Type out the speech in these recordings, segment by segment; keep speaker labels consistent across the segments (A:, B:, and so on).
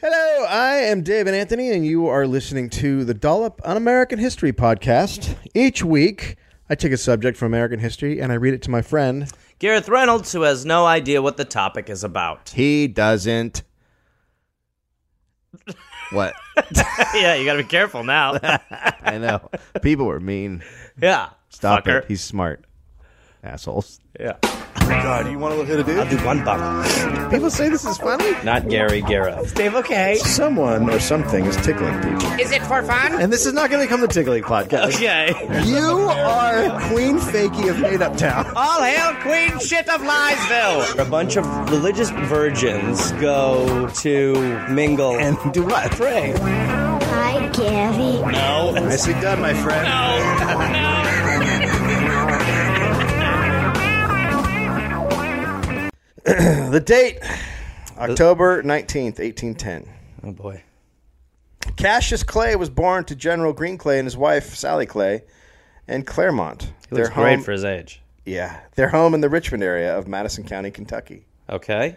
A: Hello, I am Dave and Anthony, and you are listening to the Dollop on American History podcast. Each week, I take a subject from American history and I read it to my friend.
B: Gareth Reynolds, who has no idea what the topic is about.
C: He doesn't. What?
B: yeah, you gotta be careful now.
C: I know. People were mean.
B: yeah.
C: Stop
B: fucker.
C: it. He's smart. Assholes.
B: yeah.
C: God, you want to hit a dude?
B: I'll do one bump.
C: People say this is funny.
B: Not Gary Gareth.
D: Dave, okay.
C: Someone or something is tickling people.
E: Is it for fun?
C: And this is not going to become the tickling podcast.
B: Okay.
C: You are Queen Fakey of Made Up Town.
B: All hail Queen Shit of Liesville! A bunch of religious virgins go to mingle.
C: And do what? Pray.
F: Hi, Gary.
B: Oh
C: Nicely done, my friend.
A: The date October 19th, 1810.
B: oh boy.
A: Cassius Clay was born to General Green Clay and his wife, Sally Clay, in Claremont.
B: He looks
A: Their home,
B: great for his age.
A: Yeah, their home in the Richmond area of Madison County, Kentucky.
B: Okay.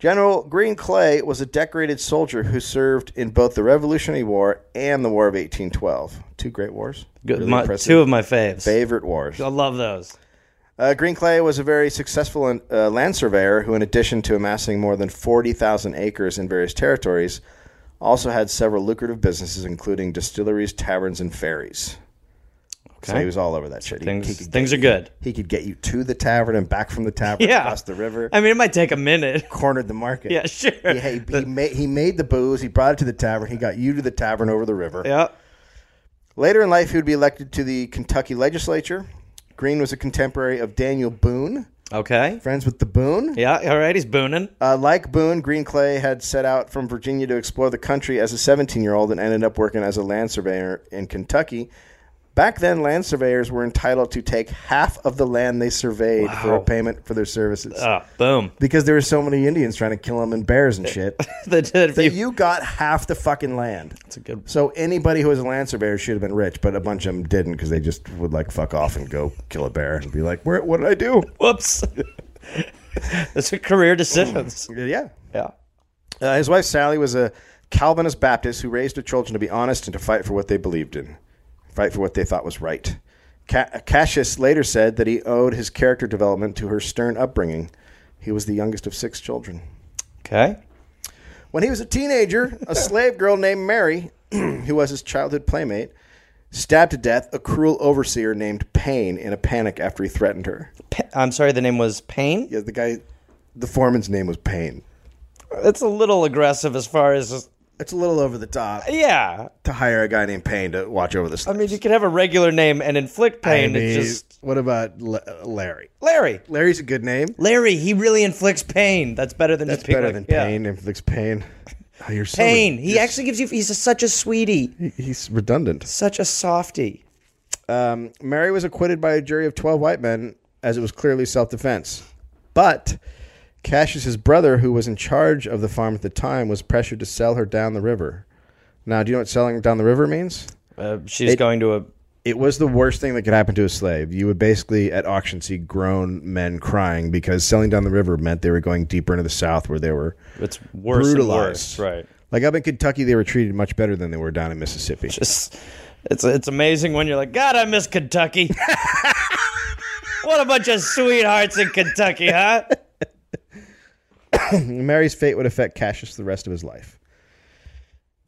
A: General Green Clay was a decorated soldier who served in both the Revolutionary War and the War of 1812. Two great wars.
B: Good.
A: Really
B: my-
A: impressive.
B: two of my faves.
A: favorite wars.
B: I love those.
A: Uh, Green Clay was a very successful uh, land surveyor who, in addition to amassing more than 40,000 acres in various territories, also had several lucrative businesses, including distilleries, taverns, and ferries. So
B: Okay.
A: he was all over that shit. He, he,
B: Things,
A: could,
B: things are good.
A: he could get you to the tavern and back from the tavern,
B: Yeah.
A: across the river,
B: I mean, it might take a minute.
A: cornered the market.
B: yeah, sure.
A: He, he, he, made, he made the booze, he brought it to the tavern, he got you to the tavern over the river.
B: yeah.
A: Later in life, he would be elected to the Kentucky legislature. Green was a contemporary of Daniel Boone,
B: Okay.
A: friends with the Boone.
B: Yeah, all right, he's booning.
A: Uh, like Boone, Green Clay had set out from Virginia to explore the country as a 17 year old and ended up working as a land surveyor in Kentucky. Back then, land surveyors were entitled to take half of the land they surveyed for a payment for their services
B: Oh, boom.
A: because there were so many Indians trying to kill them and bears and shit
B: They did-
A: that you got half the fucking land. That's
B: a good-
A: So anybody who was a land surveyor should have been rich, but a bunch of them didn't because they just would like fuck off and go kill a bear and be like, "Where? What did I do?"
B: Whoops. Those are career decisions.
A: Yeah.
B: Yeah.
A: Uh, his wife Sally was a Calvinist Baptist who raised her children to be honest and to fight for what they believed in, fight for what they thought was right. Ca- Cassius later said that he owed his character development to her stern upbringing. He was the youngest of six children.
B: Okay.
A: When he was a teenager, a slave girl named Mary, who was his childhood playmate, stabbed to death a cruel overseer named Payne in a panic after he threatened her.
B: Pa- I'm sorry, the name was Payne?
A: Yeah, the guy, the foreman's name was Payne.
B: That's a little aggressive as far as.
A: It's a little over the top
B: Yeah.
A: to hire a guy named Payne to watch over the
B: I
A: slaves.
B: mean, you could have a regular name and inflict pain.
A: I mean,
B: it's just.
A: what about La- Larry?
B: Larry.
A: Larry's a good name.
B: Larry, he really inflicts pain. That's better than
A: That's
B: just being
A: better than
B: like- yeah.
A: Payne. Inflicts pain. Oh, you're so
B: Pain.
A: re-
B: He actually gives you. He's a, such a sweetie.
A: he's redundant.
B: Such a softie.
A: Mary was acquitted by a jury of twelve white men, as it was clearly self-defense. But Cassius's brother, who was in charge of the farm at the time, was pressured to sell her down the river. Now, do you know what selling her down the river means?
B: Uh, she's going to a.
A: It was the worst thing that could happen to a slave. You would basically, at auction, see grown men crying because selling down the river meant they were going deeper into the South, where they were
B: It's worse and worse.
A: brutalized.
B: Right.
A: Like up in Kentucky, they were treated much better than they were down in Mississippi.
B: It's it's it's amazing when you're like, God, I miss Kentucky. what a bunch of sweethearts in Kentucky, huh?
A: Mary's fate would affect Cassius the rest of his life.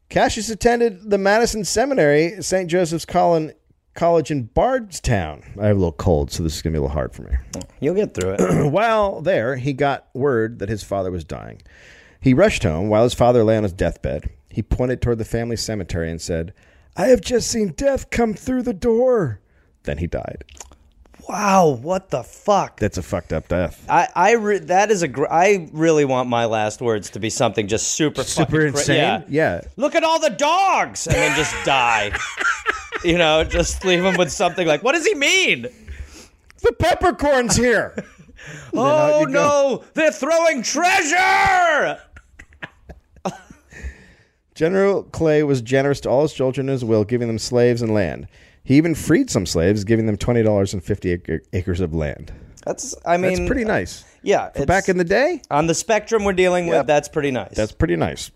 A: Cassius attended the Madison Seminary, St. Joseph's Collin- College in Bardstown. I have a little cold, so this is going to be a little hard for me.
B: You'll get through it.
A: While there, he got word that his father was dying. He rushed home while his father lay on his deathbed. He pointed toward the family cemetery and said, I have just seen death come through the door. Then he died.
B: wow, what the fuck?
A: That's a fucked up death.
B: I I re- that is a gr- I really want my last words to be something just super
A: Super
B: fucking cra-
A: insane.
B: yeah.
A: yeah.
B: Look at all the dogs, and then just die. you know, just leave him with something like, what does he mean?
A: The peppercorn's here.
B: Oh
A: you go.
B: no, they're throwing treasure.
A: General Clay was generous to all his children in his will, giving them slaves and land. He even freed some slaves, giving them twenty dollars and fifty ac- acres of land.
B: That's I mean,
A: That's pretty nice.
B: Yeah,
A: For back in the day,
B: on the spectrum we're dealing
A: Yep.
B: with, that's pretty nice.
A: that's pretty nice.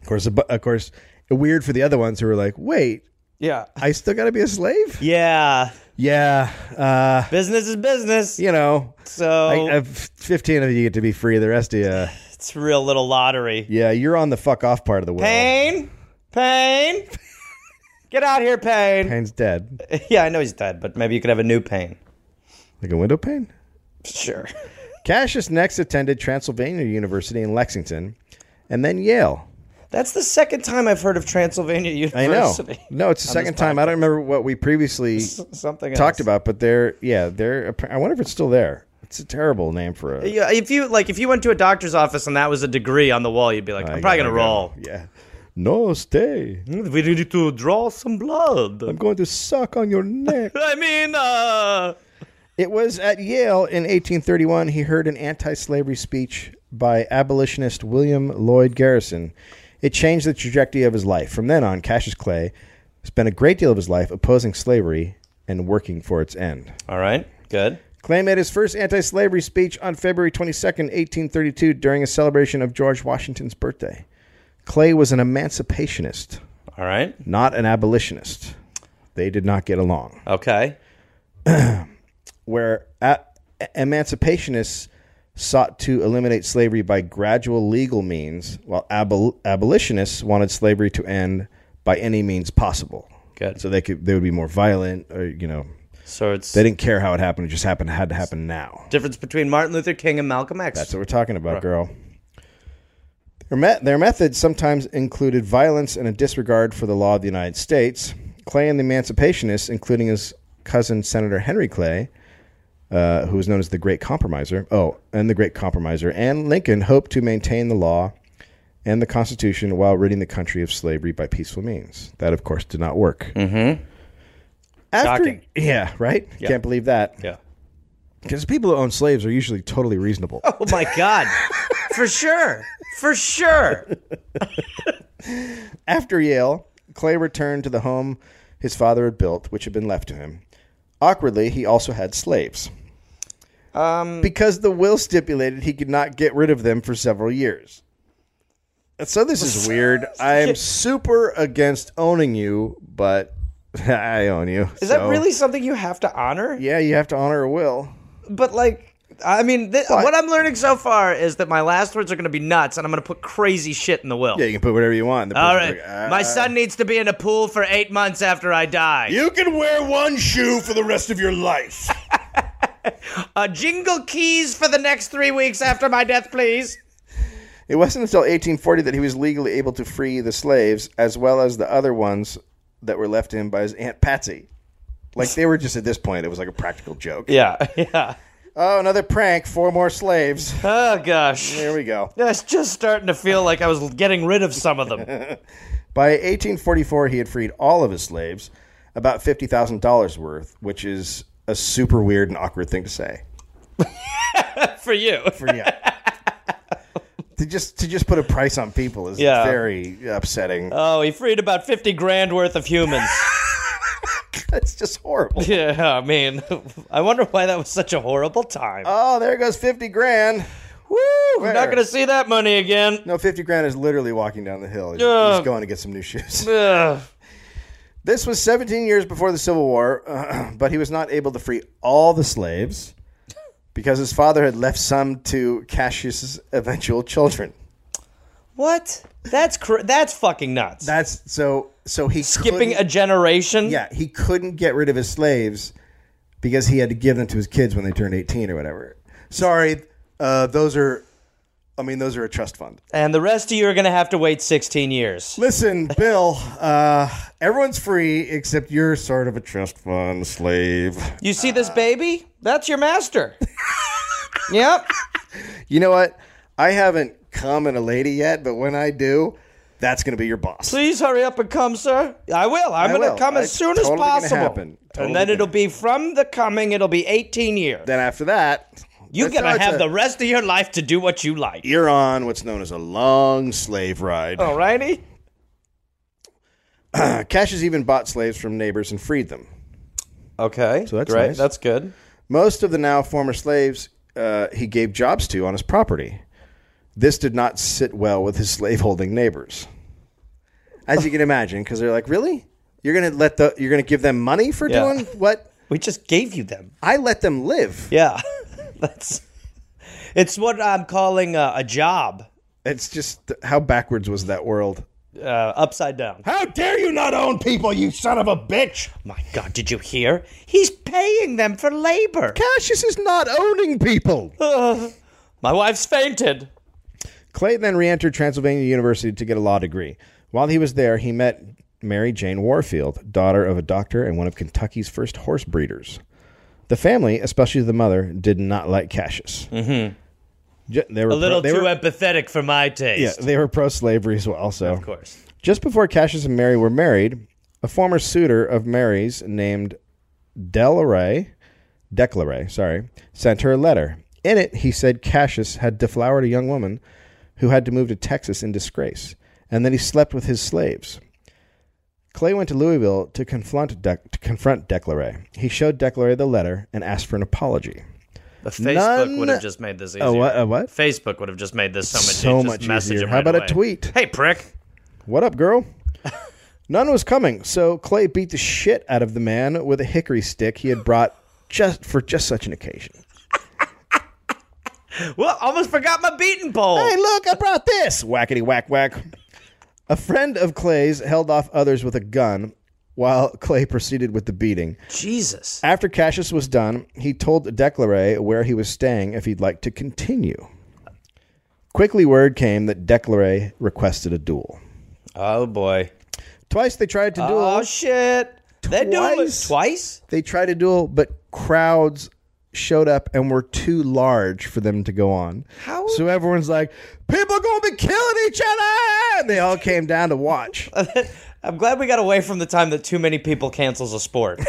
A: Of course, ab- of course, weird for the other ones who were like, "Wait,
B: Yeah.
A: I still got to be a slave?"
B: Yeah.
A: Yeah, uh,
B: Business is business.
A: you know,
B: So
A: I, I've- fifteen of you get to be free. The rest of you,
B: it's a real little lottery.
A: yeah, you're on the fuck off part of the world.
B: Pain. Pain. Get out here, Pain.
A: Pain's dead,
B: Yeah, I know he's dead, but maybe you could have a new Pain.
A: like a window pane.
B: Sure.
A: Cassius next attended Transylvania University in Lexington, and then Yale.
B: That's the second time I've heard of Transylvania
A: I know.
B: University.
A: No, it's the
B: On
A: second
B: this
A: time. I don't remember what we previously
B: Something
A: talked
B: else.
A: about, but they're yeah, they're. I wonder if it's still there. It's a terrible name for a.
B: Yeah, if you like, if you went to a doctor's office and that was a degree on the wall, you'd be like,
A: I
B: "I'm probably
A: gotta
B: gonna
A: go.
B: roll."
A: Yeah. No, stay.
B: We need to draw some blood.
A: I'm going to suck on your neck.
B: I mean, uh,
A: it was at Yale in 1831 he heard an anti slavery speech by abolitionist William Lloyd Garrison. It changed the trajectory of his life. From then on, Cassius Clay spent a great deal of his life opposing slavery and working for its end.
B: all right, good.
A: Clay made his first anti slavery speech on February 22, 1832, during a celebration of George Washington's birthday. Clay was an emancipationist,
B: All right,
A: not an abolitionist. They did not get along.
B: okay.
A: Where a- emancipationists sought to eliminate slavery by gradual legal means, while abol- abolitionists wanted slavery to end by any means possible.
B: Good.
A: So they could they would be more violent, or you know,
B: So it's
A: they
B: the
A: didn't care how it happened. It just happened had to happen now.
B: difference between Martin Luther King and Malcolm X.
A: That's what we're talking about, girl. Their, me- their methods sometimes included violence and a disregard for the law of the United States. Clay and the Emancipationists, including his cousin Senator Henry Clay, uh, who was known as the Great Compromiser, oh, and the Great Compromiser, and Lincoln hoped to maintain the law and the Constitution while ridding the country of slavery by peaceful means. That, of course, did not work. Mm-hmm. After,
B: Shocking.
A: Yeah, right? Can't believe that.
B: yeah.
A: Because people who own slaves are usually totally reasonable.
B: Oh my God, for sure, for sure.
A: After Yale, Clay returned to the home his father had built, which had been left to him. Awkwardly, he also had slaves. because the will stipulated he could not get rid of them for several years. So this is weird. I'm super against owning you, but I own you.
B: Is that really something you have to honor?
A: Yeah, you have to honor a will.
B: But like, I mean, th- what I'm learning so far is that my last words are going to be nuts, and I'm going to put crazy shit in the will.
A: Yeah, you can put whatever you want. The
B: All right,
A: person's like,
B: my
A: "Ah."
B: son needs to be in a pool for eight months after I die.
A: You can wear one shoe for the rest of your life.
B: Uh, jingle keys for the next three weeks after my death, please.
A: It wasn't until 1840 that he was legally able to free the slaves as well as the other ones that were left to him by his aunt Patsy. Like they were just at this point, it was like a practical joke.
B: Yeah, yeah.
A: Oh, another prank! Four more slaves.
B: Oh gosh,
A: Here we go.
B: that's just starting to feel like I was getting rid of some of them.
A: By 1844, he had freed all of his slaves, about fifty thousand dollars worth, which is a super weird and awkward thing to say.
B: for you.
A: For yeah. To just to just put a price on people is
B: Yeah.
A: very upsetting.
B: Oh, he freed about fifty grand worth of humans.
A: It's just horrible.
B: yeah, I mean, I wonder why that was such a horrible time.
A: Oh, there goes fifty grand.
B: Woo! We're not
A: where?
B: gonna see that money again.
A: No, 50 grand is literally walking down the hill. He's,
B: Yeah.
A: he's going to get some new shoes.
B: Ugh.
A: This was 17 years before the Civil War, but he was not able to free all the slaves because his father had left some to Cassius's eventual children.
B: What? That's cr- that's fucking nuts.
A: That's so so he
B: Skipping
A: couldn't-
B: a generation.
A: yeah, he couldn't get rid of his slaves because he had to give them to his kids when they turned 18 or whatever. Sorry, uh, those are I mean those are a trust fund.
B: And the rest of you are gonna have to wait sixteen years.
A: Listen, Bill, uh, everyone's free except you're sort of a trust fund slave.
B: You see
A: Uh.
B: this baby? That's your master. yep.
A: You know what? I haven't come in a lady yet, but when I do, that's going to be your boss.
B: Please hurry up and come, sir. I will. I'm
A: I
B: going
A: will.
B: to come as
A: It's
B: soon
A: totally
B: as
A: gonna
B: possible.
A: happen. Totally
B: and then
A: gonna
B: it'll be from the coming, it'll be 18 years.
A: Then after that,
B: You're
A: that's
B: going
A: how
B: to
A: it's
B: have
A: a-
B: the rest of your life to do what you like.
A: You're on what's known as a long slave ride.
B: Alrighty?
A: Cassius even bought slaves from neighbors and freed them.
B: Okay.
A: So that's
B: great.
A: nice.
B: That's good.
A: Most of the now former slaves uh, he gave jobs to on his property. This did not sit well with his slaveholding neighbors. as you can imagine, because they're like, really? You're gonna let the you're gonna give them money for
B: Yeah.
A: doing what?
B: We just gave you them.
A: I let them live.
B: Yeah, that's. It's what I'm calling uh, a job,
A: It's just how backwards was that world?
B: uh, upside down.
A: How dare you not own people, you son of a bitch!
B: My God, did you hear? He's paying them for labor.
A: Cassius is not owning people.
B: My wife's fainted.
A: Clay then re-entered Transylvania University to get a law degree. While he was there, he met Mary Jane Warfield, daughter of a doctor and one of Kentucky's first horse breeders. The family, especially the mother, did not like Cassius. Mm-hmm. They were
B: A little
A: pro, they
B: too
A: were,
B: empathetic for my taste.
A: yeah,
B: of
A: they were pro-slavery as well. So,
B: course.
A: Just before Cassius and Mary were married, a former suitor of Mary's named Delaray, Declaray, sorry, sent her a letter. In it, he said Cassius had deflowered a young woman who had to move to Texas in disgrace, and that he slept with his slaves. Clay went to Louisville to confront De- to confront Declaray. He showed Declaray the letter and asked for an apology.
B: The Facebook
A: None-
B: would have just made this easier.
A: A what? A what?
B: Facebook would have just made this so much
A: So
B: easier. Just
A: much
B: message
A: easier.
B: him
A: How
B: right
A: about a
B: away.
A: tweet?
B: Hey, prick.
A: What up, girl? None was coming, so Clay beat the shit out of the man with a hickory stick he had brought just for just such an occasion.
B: Well, almost forgot my beating pole.
A: Hey, look, I brought this! Whackety whack whack. A friend of Clay's held off others with a gun while Clay proceeded with the beating.
B: Jesus.
A: After Cassius was done, he told Declaray where he was staying if he'd like to continue. Quickly, word came that Declaray requested a duel.
B: Oh boy.
A: Twice they tried to duel.
B: Oh shit. They do it
A: Twice?
B: twice.
A: They tried to duel, but crowds showed up and were too large for them to go on.
B: How-
A: So everyone's like, people gonna be killing each other, and they all came down to watch.
B: I'm glad we got away from the time that too many people cancels a sport.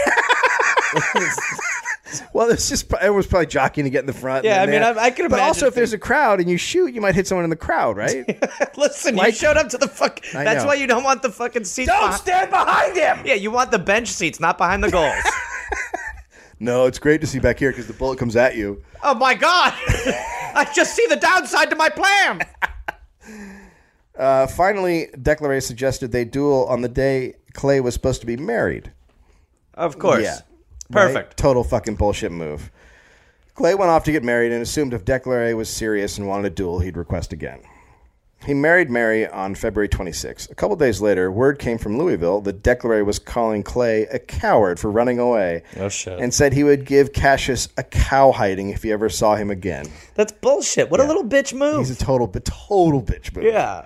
A: well, it's just everyone's probably jockeying to get in the front. and
B: Yeah, I mean,
A: then-
B: I- I could
A: But
B: imagine
A: also, if
B: if
A: there's a crowd and you shoot, you might hit someone in the crowd, right?
B: Listen,
A: Like-
B: you showed up to the fuck.
A: I
B: That's
A: know.
B: why you don't want the fucking seats. behi-
A: stand behind him.
B: Yeah, you want the bench seats, not behind the goals.
A: No, it's great to see back here because the bullet comes at you.
B: oh my god. I just see the downside to my plan.
A: Uh, finally, Declaray suggested they duel on the day Clay was supposed to be married.
B: Of course.
A: Yeah. Right?
B: Perfect.
A: Total fucking bullshit move. Clay went off to get married and assumed if Declaray was serious and wanted a duel, he'd request again. He married Mary on February 26. A couple days later, word came from Louisville that Declaray was calling Clay a coward for running away
B: Oh, shit.
A: and said he would give Cassius a cow hiding if he ever saw him again.
B: That's bullshit. What a little bitch move.
A: He's a total, bi- total bitch move.
B: yeah.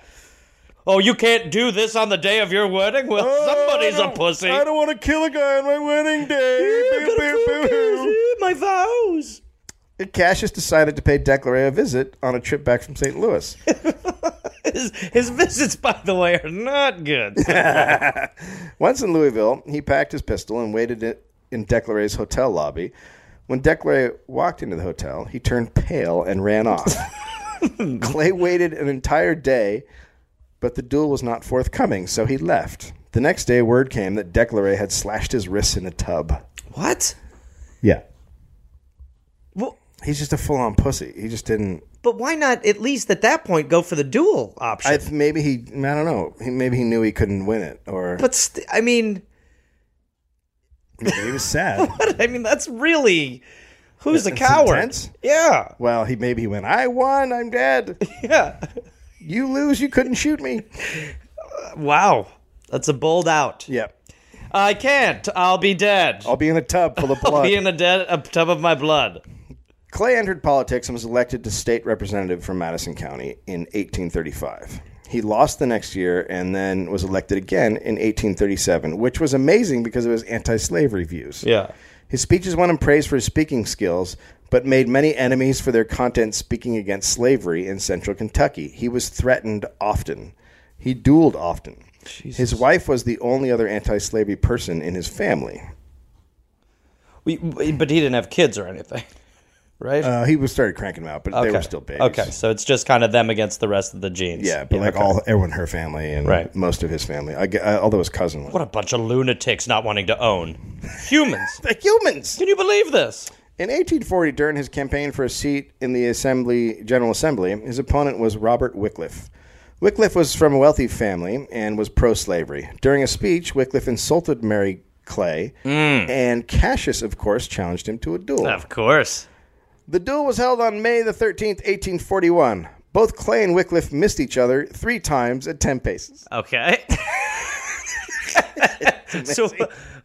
B: Oh, you can't do this on the day of your wedding? Well, somebody's a pussy.
A: I Oh, don't want to kill a guy on my wedding day.
B: Yeah,
A: Boo,
B: gotta
A: boo,
B: focus.
A: boo.
B: Yeah, my vows.
A: Cassius decided to pay Declaray a visit on a trip back from St. Louis.
B: His, his visits, by the way, are not good.
A: Once in Louisville, he packed his pistol and waited i- in Declaray's hotel lobby. When Declaray walked into the hotel, he turned pale and ran off. Clay waited an entire day, but the duel was not forthcoming, so he left. The next day, word came that Declaray had slashed his wrists in a tub.
B: what?
A: Yeah.
B: Well,
A: He's just a full on pussy. He just didn't.
B: but why not at least at that point go for the dual option?
A: I, maybe he. I don't know. He, maybe he knew he couldn't win it, or
B: but st- I mean,
A: maybe he was sad.
B: I mean that's really who's a
A: It's
B: coward?
A: intense.
B: Yeah,
A: Well, he maybe he went, I won, I'm dead.
B: yeah.
A: You lose, you couldn't shoot me.
B: Wow, that's a bold out.
A: Yep.
B: I can't. I'll be dead.
A: I'll be in a tub full of blood.
B: be in a, dead, a tub of my blood.
A: Clay entered politics and was elected to state representative from Madison County in 1835. He lost the next year and then was elected again in 1837, which was amazing because of his anti slavery views.
B: Yeah.
A: His speeches won him praise for his speaking skills, but made many enemies for their content speaking against slavery in central Kentucky. He was threatened often. He dueled often. His wife was the only other anti slavery person in his family.
B: We, we- but he didn't have kids or anything, right?
A: Uh, he was started cranking them out, but they were still babies.
B: Okay, so it's just kind of them against the rest of the genes.
A: Yeah, but like
B: okay.
A: all everyone, in her family and
B: Right.
A: most of his family. I, gue- uh, although his cousin was
B: What a bunch of lunatics not wanting to own humans.
A: the humans.
B: Can you believe this?
A: In 1840, during his campaign for a seat in the Assembly General Assembly, his opponent was Robert Wycliffe, Wycliffe was from a wealthy family and was pro slavery. During a speech, Wycliffe insulted Mary Clay, and Cassius, of course, challenged him to a duel.
B: Of course.
A: The duel was held on May the 13th, 1841. Both Clay and Wycliffe missed each other three times at 10 paces.
B: Okay. so,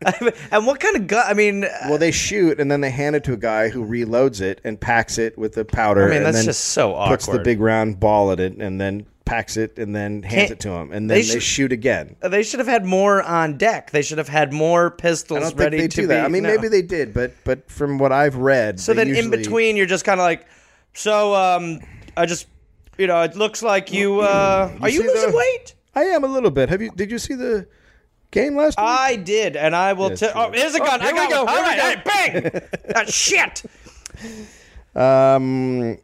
B: I mean, and what kind of gun? I mean,
A: Well, they shoot and then they hand it to a guy who reloads it and packs it with the powder.
B: I mean,
A: and
B: that's
A: then
B: just so awkward.
A: Puts the big round ball at it and then packs it and then hands
B: Can't-
A: it to him. And
B: they
A: then they,
B: should-
A: shoot again.
B: they should have had more on deck. They should have had more pistols
A: I don't think
B: ready
A: they
B: to
A: do that.
B: be-
A: I mean,
B: no.
A: maybe they did, but but from what I've read,
B: So
A: they
B: then, in
A: usually-
B: between, you're just kind of like, so um, I just, you know, it looks like you. Uh, are you
A: see the-
B: losing weight?
A: I am a little bit. Have you? Did you see the game last week?
B: I did, and I will tell. Oh, here's a gun. I
A: here we
B: got
A: go,
B: one. All
A: here we
B: right, all right, bang! Ah, shit.
A: Um,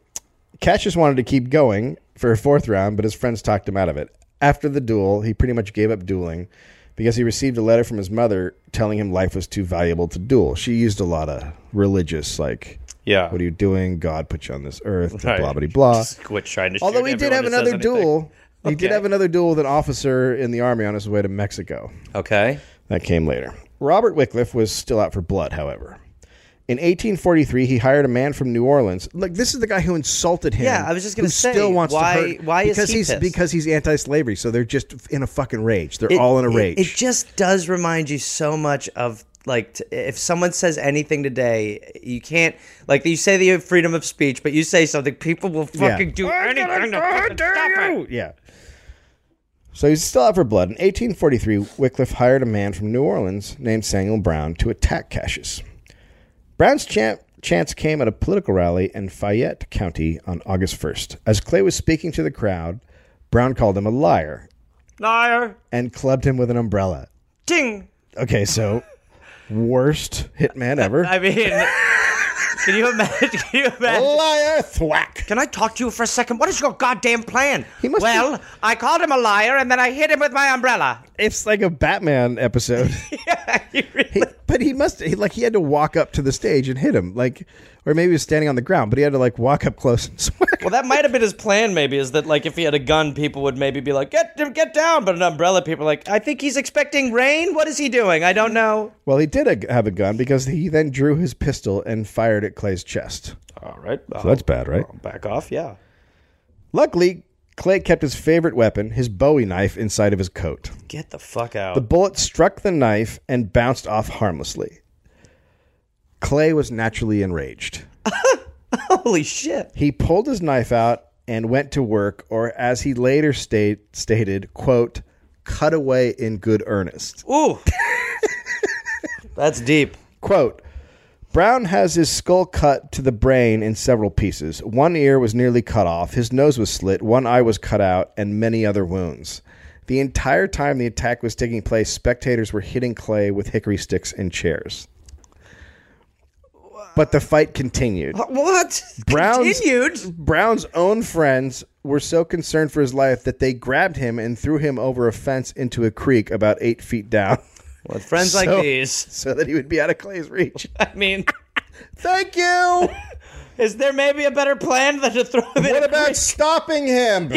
A: Cassius wanted to keep going for a fourth round, but his friends talked him out of it. After the duel, he pretty much gave up dueling because he received a letter from his mother telling him life was too valuable to duel. She used a lot of religious, like,
B: Yeah.
A: what are you doing? God put you on this earth,
B: Right.
A: blah, blah, blah.
B: Just quit trying to.
A: Although
B: shoot
A: he did have
B: everyone who says
A: another
B: anything.
A: duel. He did
B: Okay.
A: have another duel with an officer in the army on his way to Mexico.
B: Okay.
A: That came later. Robert Wycliffe was still out for blood, however. In 1843, he hired a man from New Orleans. Like this is the guy who insulted him.
B: Yeah, I was just gonna
A: who
B: say,
A: still wants
B: why-
A: to hurt.
B: why is
A: because
B: he
A: he's
B: pissed?
A: because he's anti-slavery, so they're just in a fucking rage. They're all in a rage.
B: It, just does remind you so much of like t- if someone says anything today, you can't like you say the freedom of speech, but you say something, people will fucking do anything to fucking stop it.
A: Yeah. So he's still out for blood. In 1843, Wycliffe hired a man from New Orleans named Samuel Brown to attack Cassius. Brown's champ, chance came at a political rally in Fayette County on August 1st. As Clay was speaking to the crowd, Brown called him a liar
B: Liar,
A: and clubbed him with an umbrella.
B: ding.
A: Okay, so worst hitman ever.
B: I mean, can you imagine? Can you imagine?
A: Oh. liar thwack.
B: Can I talk to you for a second? What is your goddamn plan?
A: He must
B: well, I called him a liar and then I hit him with my umbrella.
A: It's like a Batman episode.
B: You really-
A: He- but he must he, like he had to walk up to the stage and hit him like or maybe he was standing on the ground but he had to like walk up close and swag
B: Well, that might have been his plan. Maybe is that like if he had a gun, people would maybe be like, "Get get down!" But an umbrella, people are like, "I think he's expecting rain. What is he doing? I don't know."
A: well he did a, have a gun because he then drew his pistol and fired at clay's chest
B: All right,
A: so that's bad right
B: back off. Yeah.
A: luckily clay kept his favorite weapon his bowie knife inside of his coat
B: Get the fuck out.
A: the bullet struck the knife and bounced off harmlessly clay was naturally enraged
B: Holy shit.
A: he pulled his knife out and went to work or as he later state, stated quote cut away in good earnest
B: Ooh. That's deep.
A: Quote Brown has his skull cut to the brain in several pieces. One ear was nearly cut off, his nose was slit, one eye was cut out, and many other wounds. The entire time the attack was taking place, spectators were hitting Clay with hickory sticks and chairs. But the fight continued.
B: What?
A: Brown's-
B: Continued.
A: Brown's own friends were so concerned for his life that they grabbed him and threw him over a fence into a creek about eight feet down
B: With friends
A: So-
B: like these,
A: so that he would be out of Clay's reach.
B: I mean,
A: Thank you!
B: is there maybe a better plan than to throw him in?
A: What
B: a
A: about
B: creek?
A: stopping him?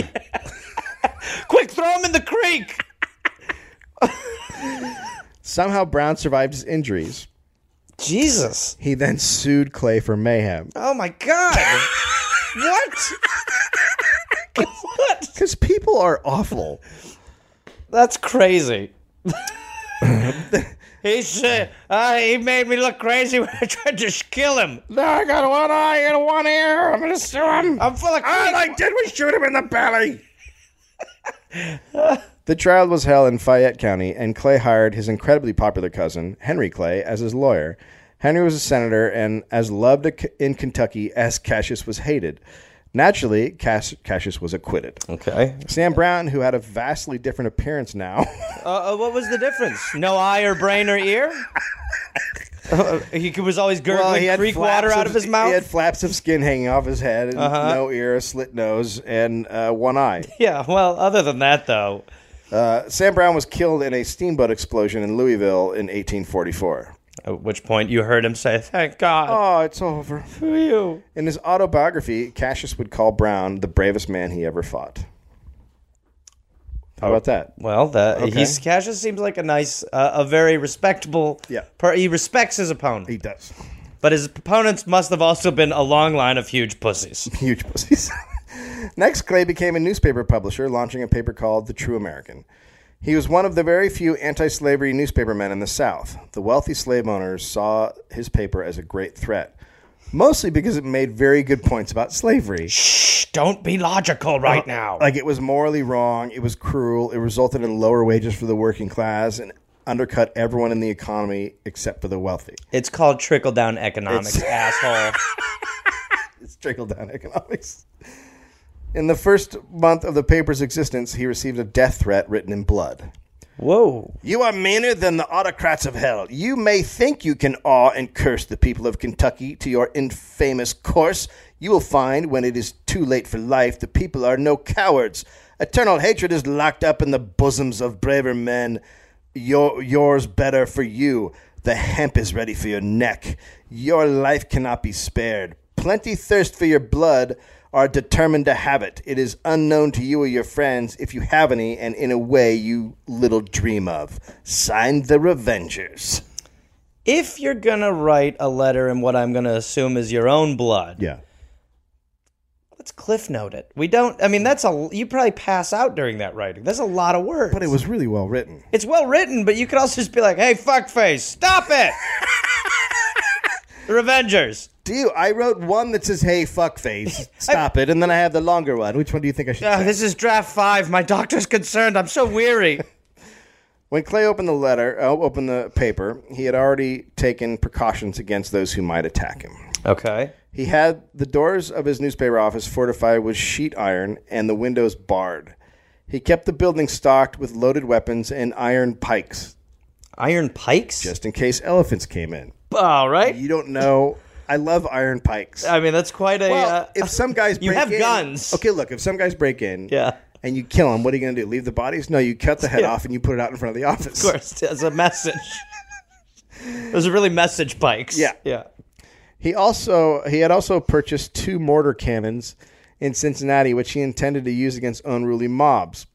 B: quick? Throw him in the creek.
A: Somehow Brown survived his injuries.
B: Jesus.
A: He then sued Clay for mayhem
B: Oh my god. what? what?
A: because people are awful.
B: That's crazy. he said uh, he made me look crazy when I tried to kill him.
A: Now I got one eye and one ear. I'm gonna sue him.
B: I'm full of
A: All I did was shoot him in the belly. the trial was held in Fayette County, and Clay hired his incredibly popular cousin, Henry Clay, as his lawyer. Henry was a senator and as loved in Kentucky as Cassius was hated. Naturally, Cass- Cassius was acquitted.
B: Okay.
A: Sam Brown, who had a vastly different appearance now,
B: Uh, uh, what was the difference? No eye or brain or ear. Uh, he was always gurgling creek water
A: flaps
B: out of his mouth.
A: He had flaps of skin hanging off his head, and no ear, a slit nose, and uh, one eye.
B: yeah. Well, other than that, though,
A: Uh, Sam Brown was killed in a steamboat explosion in Louisville in 1844.
B: at which point you heard him say, "Thank God
A: Oh, it's over.
B: for you."
A: In his autobiography, Cassius would call Brown the bravest man he ever fought. How about that?
B: Well, the, he's Cassius seems like a nice, uh, a very respectable.
A: Yeah.
B: Per, he respects his opponent,
A: He does.
B: but his opponents must have also been a long line of huge pussies.
A: Huge pussies. Next, Clay became a newspaper publisher, launching a paper called The True American. He was one of the very few anti slavery newspapermen in the South. The wealthy slave owners saw his paper as a great threat, mostly because it made very good points about slavery.
B: Shh! Don't be logical right now.
A: Uh, Like it was morally wrong, it was cruel, it resulted in lower wages for the working class, and undercut everyone in the economy except for the wealthy.
B: it's called trickle down economics,
A: It's-
B: asshole.
A: It's trickle down economics. In the first month of the paper's existence, he received a death threat written in blood.
B: Whoa!
A: You are meaner than the autocrats of hell. You may think you can awe and curse the people of Kentucky to your infamous course. You will find when it is too late for life, the people are no cowards. Eternal hatred is locked up in the bosoms of braver men. Your, yours better for you. The hemp is ready for your neck. Your life cannot be spared. Plenty thirst for your blood are determined to have it. It is unknown to you or your friends if you have any, and in a way you little dream of. Signed the Revengers.
B: If you're gonna write a letter in what I'm gonna assume is your own blood,
A: Yeah.
B: let's cliff note it. We don't. I mean, that's a you probably pass out during that writing. That's a lot of words.
A: But it was really well written.
B: It's well written, but you could also just be like, "Hey, fuckface, stop it!" the Revengers.
A: Do you? I wrote one that says, hey, fuckface, stop it. And then I have the longer one. Which one do you think I should
B: Ugh,
A: say?
B: Uh, this is draft five. My doctor's concerned. I'm so weary.
A: When Clay opened the letter, uh, opened the paper, he had already taken precautions against those who might attack him.
B: okay.
A: He had the doors of his newspaper office fortified with sheet iron and the windows barred. He kept the building stocked with loaded weapons and iron pikes,
B: Iron pikes.
A: just in case elephants came in.
B: all right.
A: You don't know. I love iron pikes.
B: I mean, that's quite a.
A: well,
B: uh,
A: if some guys break
B: you have
A: in-
B: guns.
A: Okay, look, if some guys break in,
B: Yeah.
A: and you kill them, what are you going to do? Leave the bodies? No, you cut the head off and you put it out in front of the office.
B: Of course, as a message. Those are really message pikes.
A: Yeah.
B: Yeah.
A: He also he had also purchased two mortar cannons in Cincinnati, which he intended to use against unruly mobs.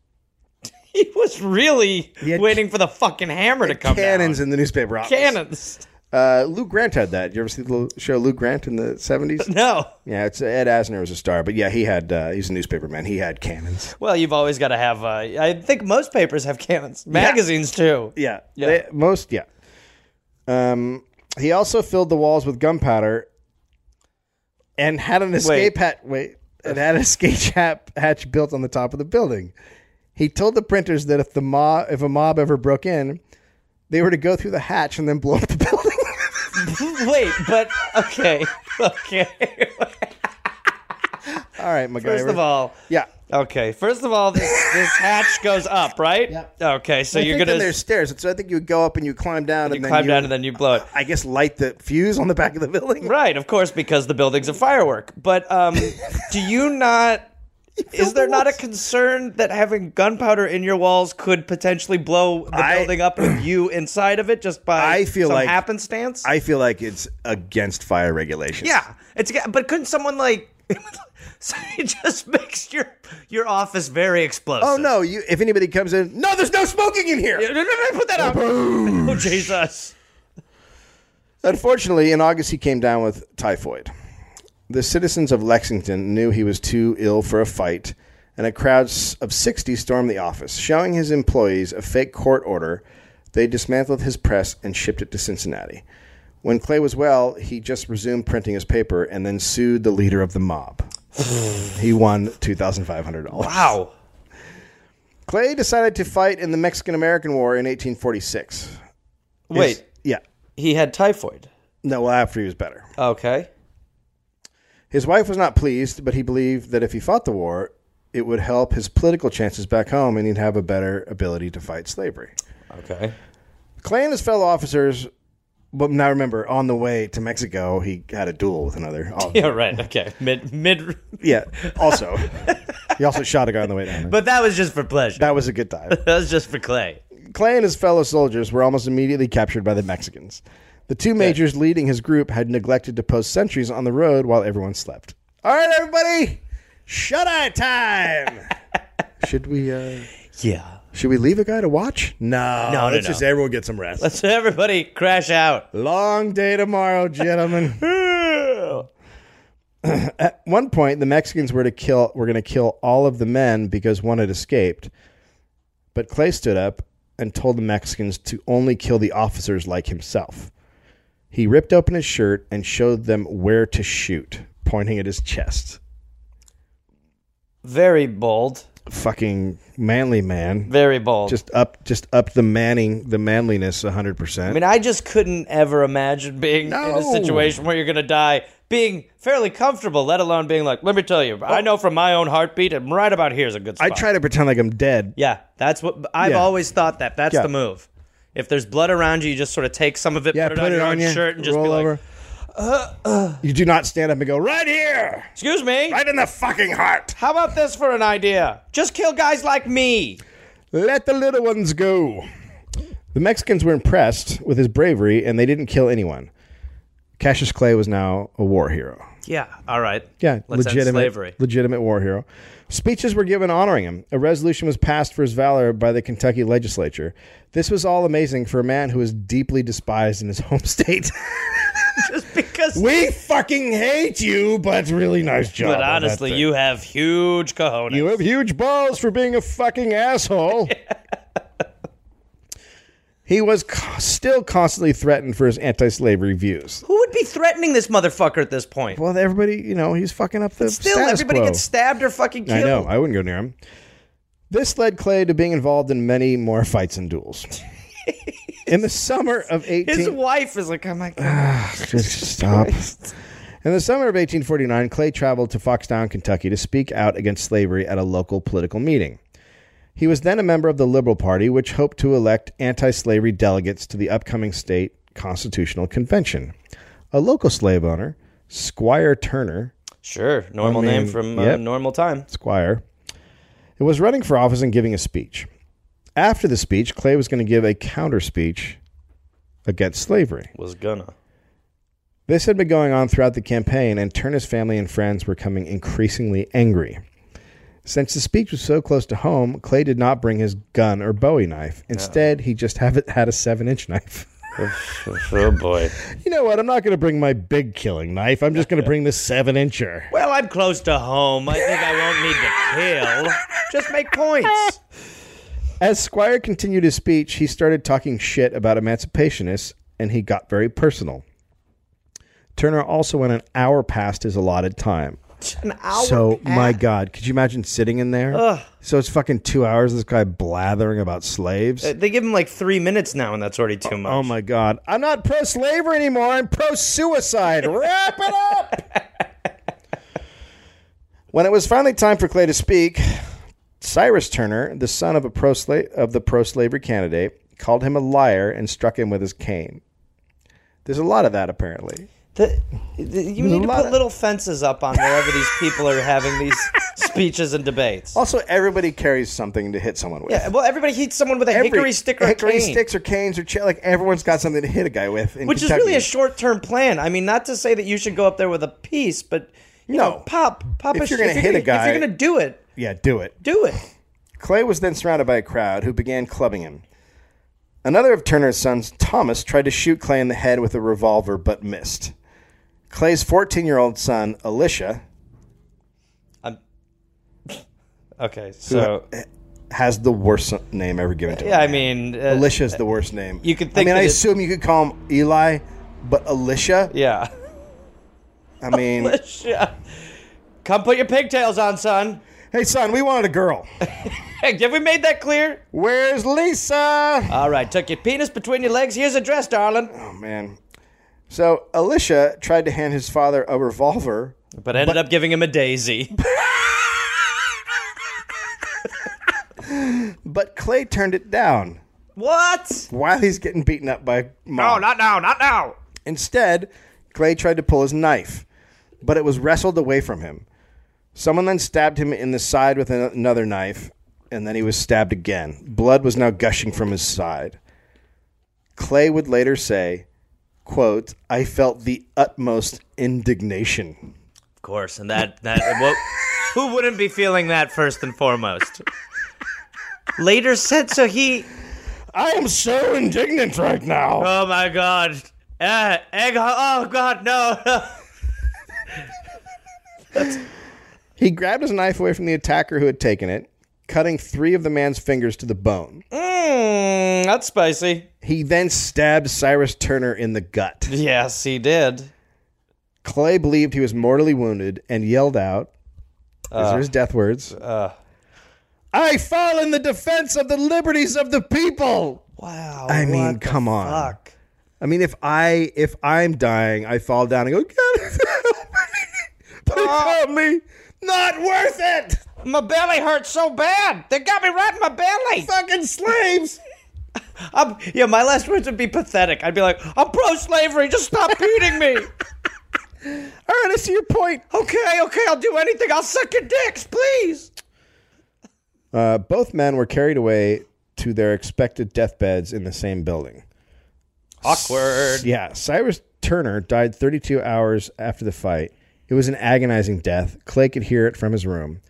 B: He was really
A: had
B: waiting for the fucking hammer to come
A: Cannons
B: down.
A: in the newspaper office.
B: Cannons.
A: Uh, Lou Grant had that. You ever see the little show Lou Grant in the seventies?
B: No.
A: Yeah, it's Ed Asner was a star, but yeah, he had. Uh, he's a newspaperman. He had cannons.
B: Well, you've always got to have. Uh, I think most papers have cannons. Magazines too.
A: Yeah,
B: Yeah.
A: They- most yeah. Um, he also filled the walls with gunpowder, and had an escape hat. Wait, Uh. and had an escape hat, hatch built on the top of the building. He told the printers that if the mob, if a mob ever broke in, they were to go through the hatch and then blow up the building.
B: Wait, but okay, okay.
A: All right, MacGyver.
B: First of all,
A: yeah.
B: okay. First of all, this this hatch goes up, right?
A: Yep.
B: Okay, so
A: I
B: you're
A: think then
B: gonna
A: there's stairs, so I think you would go up and you climb down, and then
B: climb
A: you,
B: down and then you blow it.
A: I guess light the fuse on the back of the building.
B: Right, of course, because the building's a firework. But um, do you not? Is there not a concern that having gunpowder in your walls could potentially blow the
A: I-
B: building up and you inside of it just by
A: I feel
B: some
A: like-
B: happenstance?
A: I feel like it's against fire regulations.
B: yeah, it's but couldn't someone like? so it just makes your your office very explosive.
A: Oh no! You, if anybody comes in, no, there's no smoking in here.
B: No, no, no, put that out. Oh, Jesus.
A: Unfortunately, in August he came down with typhoid. The citizens of Lexington knew he was too ill for a fight, and a crowd s- of 60 stormed the office. Showing his employees a fake court order, they dismantled his press and shipped it to Cincinnati. When Clay was well, he just resumed printing his paper and then sued the leader of the mob. he won $2,500.
B: Wow.
A: Clay decided to fight in the Mexican American War in 1846. His-
B: Wait,
A: yeah.
B: he had typhoid.
A: No, well, after he was better.
B: Okay.
A: His wife was not pleased, but he believed that if he fought the war, it would help his political chances back home and he'd have a better ability to fight slavery.
B: Okay.
A: Clay and his fellow officers, but now remember, on the way to Mexico, he had a duel with another. Oh,
B: Yeah, right. Okay. Mid mid
A: yeah, also. he also shot a guy on the way down. But
B: But that was just for pleasure.
A: that was a good time.
B: That was just for Clay.
A: Clay and his fellow soldiers were almost immediately captured by the Mexicans. The two majors leading his group had neglected to post sentries on the road while everyone slept. All right, everybody, shut eye time. Should we? Uh,
B: Yeah.
A: Should we leave a guy to watch? No.
B: No, no,
A: Let's
B: no.
A: just everyone get some rest.
B: Let's everybody crash out.
A: Long day tomorrow, gentlemen. At one point, the Mexicans were to kill. Were going to kill all of the men because one had escaped. But Clay stood up and told the Mexicans to only kill the officers like himself. He ripped open his shirt and showed them where to shoot, pointing at his chest.
B: Very bold.
A: Fucking manly man.
B: Very bold.
A: Just up, just up the manning, the manliness hundred
B: I
A: percent.
B: mean, I just couldn't ever imagine being in a
A: No.
B: situation where you're going to die being fairly comfortable, let alone being like, let me tell you, I know from my own heartbeat, and right about here is a good
A: I
B: spot.
A: try to pretend like I'm dead.
B: Yeah, that's what I've
A: Yeah.
B: always thought that. That's
A: Yeah.
B: the move. If there's blood around you, you just sort of take some of it,
A: Yeah,
B: put it on your own
A: you.
B: shirt, and just
A: roll
B: be like, "Uh,
A: over. you do not stand up and go right here,
B: excuse me,
A: right in the fucking heart.
B: how about this for an idea? Just kill guys like me.
A: Let the little ones go. The Mexicans were impressed with his bravery, and they didn't kill anyone. Cassius Clay was now a war hero.
B: Yeah, all right.
A: Yeah,
B: Let's end
A: legitimate
B: slavery.
A: legitimate war hero. Speeches were given honoring him. A resolution was passed for his valor by the Kentucky legislature. This was all amazing for a man who was deeply despised in his home state.
B: Just because.
A: we fucking hate you, but really nice job.
B: but
A: on that
B: honestly,
A: thing.
B: you have huge cojones.
A: You have huge balls for being a fucking asshole. he was co- still constantly threatened for his anti-slavery views.
B: Who would be threatening this motherfucker at this point?
A: Well, everybody, you know, he's fucking up the
B: Still,
A: status
B: everybody
A: quo.
B: gets stabbed or fucking killed.
A: I know. I wouldn't go near him. This led Clay to being involved in many more fights and duels. in the summer of 18
B: His wife is like, oh my god.
A: Just stop. In the summer of 1849, Clay traveled to Foxtown, Kentucky to speak out against slavery at a local political meeting. He was then a member of the Liberal Party, which hoped to elect anti slavery delegates to the upcoming state constitutional convention. A local slave owner, Squire Turner,
B: Sure, normal
A: I mean,
B: name from uh,
A: yep.
B: normal time.
A: Squire, was running for office and giving a speech. After the speech, Clay was going to give a counter speech against slavery.
B: Was gonna.
A: This had been going on throughout the campaign, and Turner's family and friends were coming increasingly angry. Since the speech was so close to home, Clay did not bring his gun or bowie knife. Instead, he just have had a seven inch knife.
B: Oh boy.
A: You know what? I'm not going to bring my big killing knife. I'm just going to bring this seven incher.
B: Well, I'm close to home. I think I won't need to kill. Just make points.
A: As Squire continued his speech, he started talking shit about emancipationists, and he got very personal. Turner also went an hour past his allotted time.
B: An hour.
A: So my God, could you imagine sitting in there? So it's fucking two hours. This guy blathering about slaves.
B: They give him like three minutes now, and that's already too much.
A: oh my God, I'm not pro slavery anymore. I'm pro suicide. Wrap it up. when it was finally time for Clay to speak, Cyrus Turner, the son of a pro of the pro slavery candidate, called him a liar and struck him with his cane. There's a lot of that apparently.
B: The- the- you need to
A: lot
B: put
A: of-
B: little fences up on wherever these people are having these speeches and debates.
A: Also, everybody carries something to hit someone with.
B: Yeah, well, everybody hits someone with a
A: Every-
B: hickory stick or a
A: hickory
B: cane.
A: sticks or canes or ch- like everyone's got something to hit a guy with, in
B: which is
A: Kentucky.
B: really a short-term plan. I mean, not to say that you should go up there with a piece, but you
A: No.
B: know, pop, pop.
A: If
B: a sh-
A: you're gonna hit a
B: if
A: guy-
B: you're gonna do it,
A: yeah, do it.
B: do it.
A: Clay was then surrounded by a crowd who began clubbing him. Another of Turner's sons, Thomas, tried to shoot Clay in the head with a revolver but missed. Clay's 14 year old son, Alicia,
B: Okay, so
A: has the worst son- name ever given to him.
B: yeah, I mean, uh,
A: Alicia is the worst name.
B: You could
A: I
B: think
A: mean,
B: that
A: I
B: it-
A: assume you could call him Eli, but Alicia?
B: yeah.
A: I mean,
B: Alicia. Come put your pigtails on, son.
A: hey, son, we wanted a girl.
B: Hey, have we made that clear?
A: Where's Lisa?
B: All right, tuck your penis between your legs. Here's a dress, darling.
A: Oh, man. So Alicia tried to hand his father a revolver.
B: But ended up giving him a daisy.
A: But Clay turned it down
B: what?
A: while he's getting beaten up by mom.
B: now, not now.
A: Instead, Clay tried to pull his knife, but it was wrestled away from him. Someone then stabbed him in the side with an- another knife, and then he was stabbed again. Blood was now gushing from his side. Clay would later say, quote, I felt the utmost indignation.
B: Of course, and that that what, who wouldn't be feeling that first and foremost? later said so he
A: I am so indignant right now.
B: Oh my god. Uh, egg oh god, no.
A: He grabbed his knife away from the attacker who had taken it, cutting three of the man's fingers to the bone.
B: Mmm, that's spicy.
A: He then stabbed Cyrus Turner in the gut.
B: Yes, he did.
A: Clay believed he was mortally wounded and yelled out, these are his death words, I fall in the defense of the liberties of the people.
B: Wow.
A: I mean,
B: what the
A: come on.
B: Fuck.
A: I mean, if I if I'm dying, I fall down and go, God, help me. Please help me. Not worth it.
B: My belly hurts so bad. They got me right in my belly.
A: Fucking slaves.
B: I'm, yeah, my last words would be pathetic. I'd be like, I'm pro slavery. Just stop beating me.
A: Ernest, to your point.
B: okay, okay, I'll do anything. I'll suck your dicks, please.
A: Uh, both men were carried away to their expected deathbeds in the same building.
B: Awkward.
A: Yeah, Cyrus Turner died 32 hours after the fight. It was an agonizing death. Clay could hear it from his room.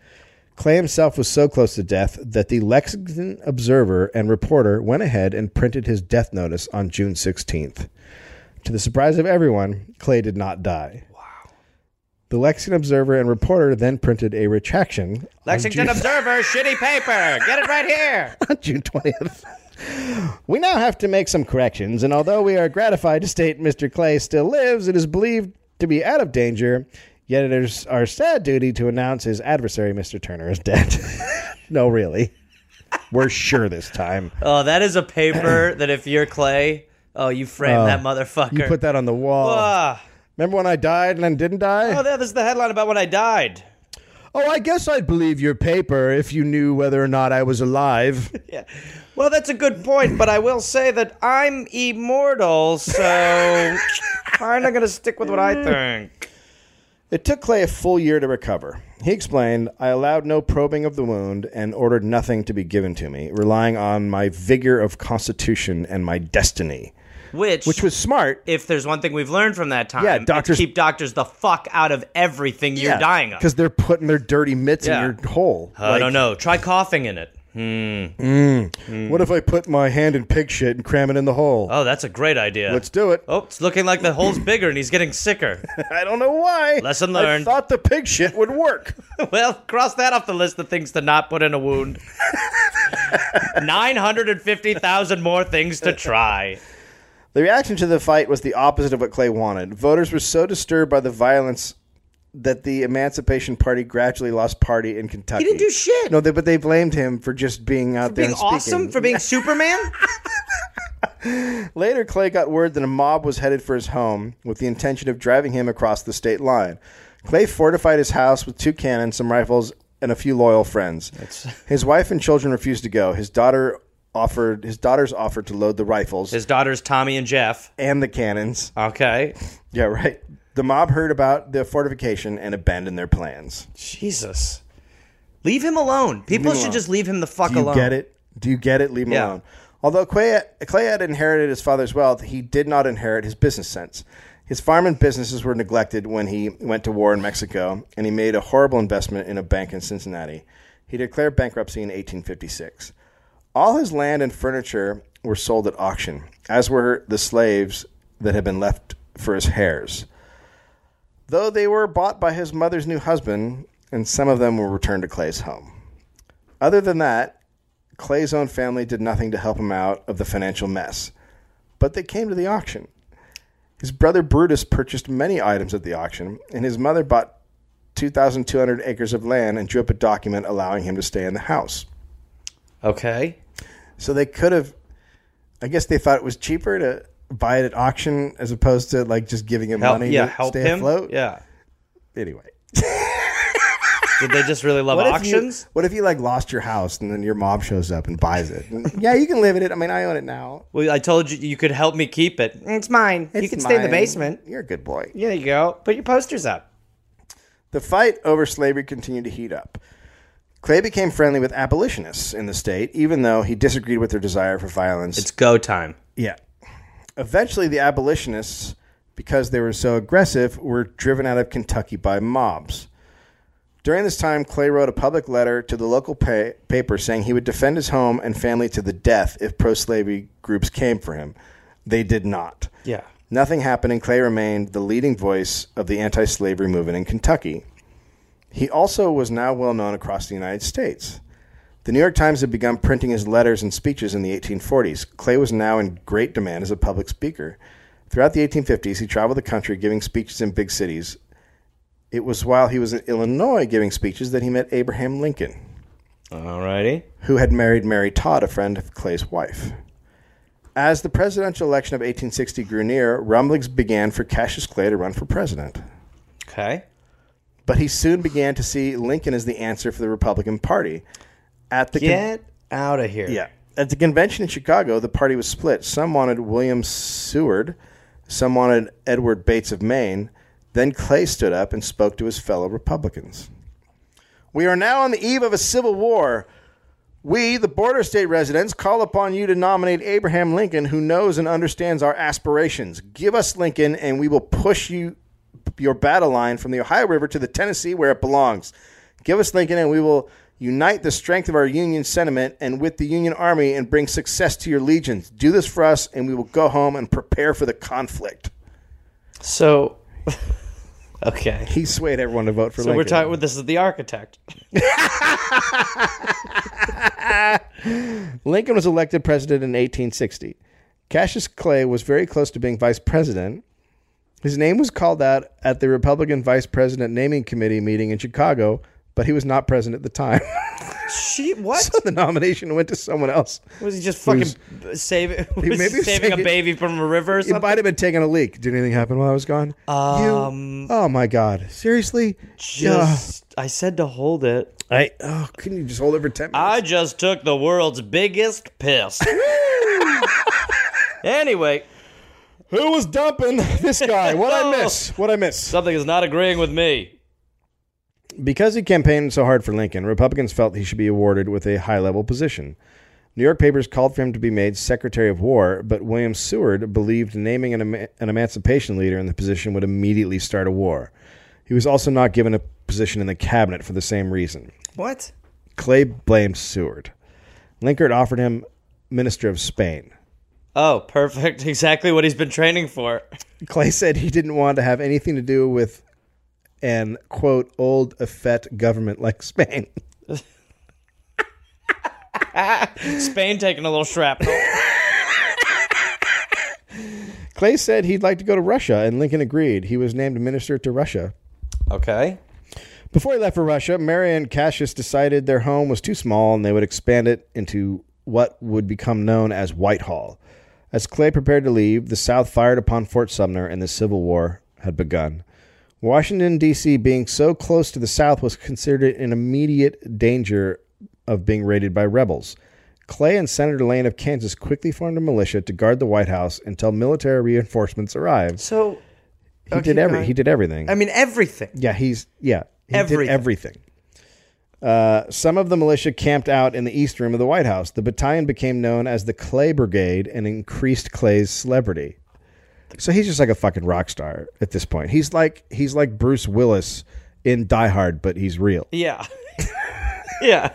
A: Clay himself was so close to death that the Lexington Observer and reporter went ahead and printed his death notice on June 16th. To the surprise of everyone, Clay did not die. Wow. The Lexington Observer and reporter then printed a retraction on
B: Lexington
A: June-
B: Observer, shitty paper. Get it right here.
A: on June 20th. We now have to make some corrections, and although we are gratified to state Mr. Clay still lives, it is believed to be out of danger, yet it is our sad duty to announce his adversary, Mr. Turner, is dead. no, really. We're sure this time.
B: Oh, that is a paper that if you're Clay, oh, you framed that motherfucker.
A: You put that on the wall.
B: Ah.
A: Remember when I died and then didn't
B: oh,
A: die?
B: that is the headline about when I died.
A: Oh, I guess I'd believe your paper if you knew whether or not I was alive.
B: Yeah. Well, that's a good point, but I will say that I'm immortal, so I'm not going to stick with what I think.
A: It took Clay a full year to recover. He explained, I allowed no probing of the wound and ordered nothing to be given to me, relying on my vigor of constitution and my destiny.
B: Which,
A: Which was smart.
B: if there's one thing we've learned from that time,
A: Yeah,
B: it's
A: doctors-
B: keep doctors the fuck out of everything you're dying of.
A: Because they're putting their dirty mitts
B: Yeah.
A: in your hole.
B: I don't know. Try coughing in it.
A: What if I put my hand in pig shit and cram it in the hole?
B: Oh, that's a great idea.
A: Let's do it.
B: oh, it's looking like the hole's bigger and he's getting sicker.
A: I don't know why.
B: Lesson
A: I
B: learned.
A: thought the pig shit would work.
B: well, cross that off the list of things to not put in a wound. 950,000 more things to try.
A: The reaction to the fight was the opposite of what Clay wanted. Voters were so disturbed by the violence that the Emancipation Party gradually lost party in Kentucky.
B: didn't do shit.
A: No, they, but they blamed him for just being out there
B: being
A: and
B: awesome
A: speaking.
B: for being Superman.
A: Later, Clay got word that a mob was headed for his home with the intention of driving him across the state line. Clay fortified his house with two cannons, some rifles, and a few loyal friends. His wife and children refused to go. His daughter offered his daughters offered to load the rifles
B: His daughters Tommy and Jeff.
A: and the cannons.
B: Okay.
A: Yeah, right. The mob heard about the fortification and abandoned their plans.
B: Jesus. Leave him alone. People should
A: alone.
B: just leave him the fuck
A: Do you
B: alone.
A: get it? Do you get it? Leave him
B: Yeah.
A: alone. Although Clay, Clay had inherited his father's wealth, he did not inherit his business sense. His farm and businesses were neglected when he went to war in Mexico, and he made a horrible investment in a bank in Cincinnati. He declared bankruptcy in 1856. All his land and furniture were sold at auction, as were the slaves that had been left for his heirs. Though they were bought by his mother's new husband, and some of them were returned to Clay's home. Other than that, Clay's own family did nothing to help him out of the financial mess, but they came to the auction. His brother Brutus purchased many items at the auction, and his mother bought 2,200 acres of land and drew up a document allowing him to stay in the house.
B: Okay.
A: So they could have, I guess they thought it was cheaper to buy it at auction as opposed to like just giving him
B: Help,
A: money
B: yeah,
A: to
B: help
A: stay
B: him.
A: afloat.
B: Yeah.
A: Anyway,
B: Did they just really love
A: If
B: auctions?
A: you, what if you like lost your house and then your mom shows up and buys it? yeah, you can live in it. I mean, I own it now.
B: Well, I told you you could help me keep it. It's mine. you
A: It's
B: can stay in the
A: mine.
B: basement.
A: You're a good boy.
B: There you go. Put your posters up.
A: The fight over slavery continued to heat up. Clay became friendly with abolitionists in the state, even though he disagreed with their desire for violence.
B: It's go time.
A: yeah. Eventually, the abolitionists, because they were so aggressive, were driven out of Kentucky by mobs. During this time, Clay wrote a public letter to the local pa paper saying he would defend his home and family to the death if pro slavery groups came for him. They did not.
B: Yeah.
A: Nothing happened, and Clay remained the leading voice of the anti slavery movement in Kentucky. He also was now well known across the United States. The New York Times had begun printing his letters and speeches in the 1840s. Clay was now in great demand as a public speaker. Throughout the 1850s, he traveled the country giving speeches in big cities. It was while he was in Illinois giving speeches that he met Abraham Lincoln,
B: Alrighty.
A: who had married Mary Todd, a friend of Clay's wife. As the presidential election of 1860 grew near, rumblings began for Cassius Clay to run for president.
B: Okay.
A: But he soon began to see Lincoln as the answer for the Republican Party. At the con-
B: Get out of here.
A: yeah. At the convention in Chicago, the party was split. Some wanted William Seward, some wanted Edward Bates of Maine. Then Clay stood up and spoke to his fellow Republicans. We are now on the eve of a civil war. We, the border state residents, call upon you to nominate Abraham Lincoln, who knows and understands our aspirations. Give us Lincoln, and we will push you your battle line from the Ohio River to the Tennessee where it belongs. Give us Lincoln, and we will unite the strength of our Union sentiment and with the Union Army and bring success to your legions. Do this for us, and we will go home and prepare for the conflict.
B: So. okay.
A: He swayed everyone to vote for
B: So
A: Lincoln.
B: we're talking. This is the architect.
A: Lincoln was elected president in 1860. Cassius Clay was very close to being vice president. His name was called out at the Republican Vice President Naming Committee meeting in Chicago, but he was not present at the time.
B: She what?
A: so the nomination went to someone else.
B: was he just fucking saving? Was
A: maybe
B: he saving
A: saving-
B: a baby from a river or
A: It
B: something?
A: might have been taking a leak. Did anything happen while I was gone? Um, oh my God! Seriously?
B: Just, I said to hold it.
A: Yeah. I. Oh, couldn't you just hold it for ten minutes?
B: I just took the world's biggest piss. anyway,
A: Who was dumping this guy? What I
B: Oh.
A: miss? What I miss?
B: something is not agreeing with me.
A: Because he campaigned so hard for Lincoln, Republicans felt he should be awarded with a high level position. New York papers called for him to be made Secretary of War, but William Seward believed naming an, em- an emancipation leader in the position would immediately start a war. He was also not given a position in the cabinet for the same reason.
B: What?
A: Clay blamed Seward. Linkard offered him Minister of Spain.
B: Oh, perfect. Exactly what he's been training for.
A: Clay said he didn't want to have anything to do with an quote old effete government like Spain.
B: Spain taking a little shrapnel.
A: Clay said he'd like to go to Russia, and Lincoln agreed. He was named minister to Russia.
B: Okay.
A: Before he left for Russia, Mary and Cassius decided their home was too small and they would expand it into what would become known as Whitehall. As Clay prepared to leave, the South fired upon Fort Sumner and the Civil War had begun. Washington, D.C., being so close to the South, was considered in immediate danger of being raided by rebels. Clay and Senator Lane of Kansas quickly formed a militia to guard the White House until military reinforcements arrived.
B: So
A: He did every he did everything.
B: I mean everything.
A: Yeah, he's yeah. He
B: Um, Everything.
A: did everything. Uh, some of the militia camped out in the east room of the White House. The battalion became known as the Clay Brigade and increased Clay's celebrity. So he's just like a fucking rock star at this point. He's like he's like Bruce Willis in Die Hard, but he's real.
B: Yeah. yeah.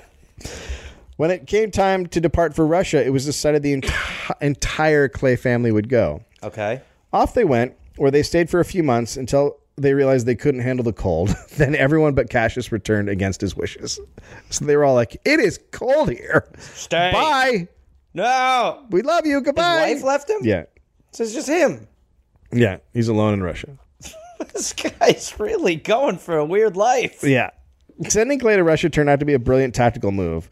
A: When it came time to depart for Russia, it was decided the enti- entire Clay family would go.
B: Okay.
A: Off they went, where they stayed for a few months until they realized they couldn't handle the cold. then everyone but Cassius returned against his wishes. So they were all like, "It is cold here.
B: Stay.
A: Bye.
B: No.
A: We love you. Goodbye."
B: Wife left him.
A: yeah,
B: So it's just him.
A: yeah. He's alone in Russia.
B: This guy's really going for a weird life.
A: Yeah. Sending Clay to Russia turned out to be a brilliant tactical move.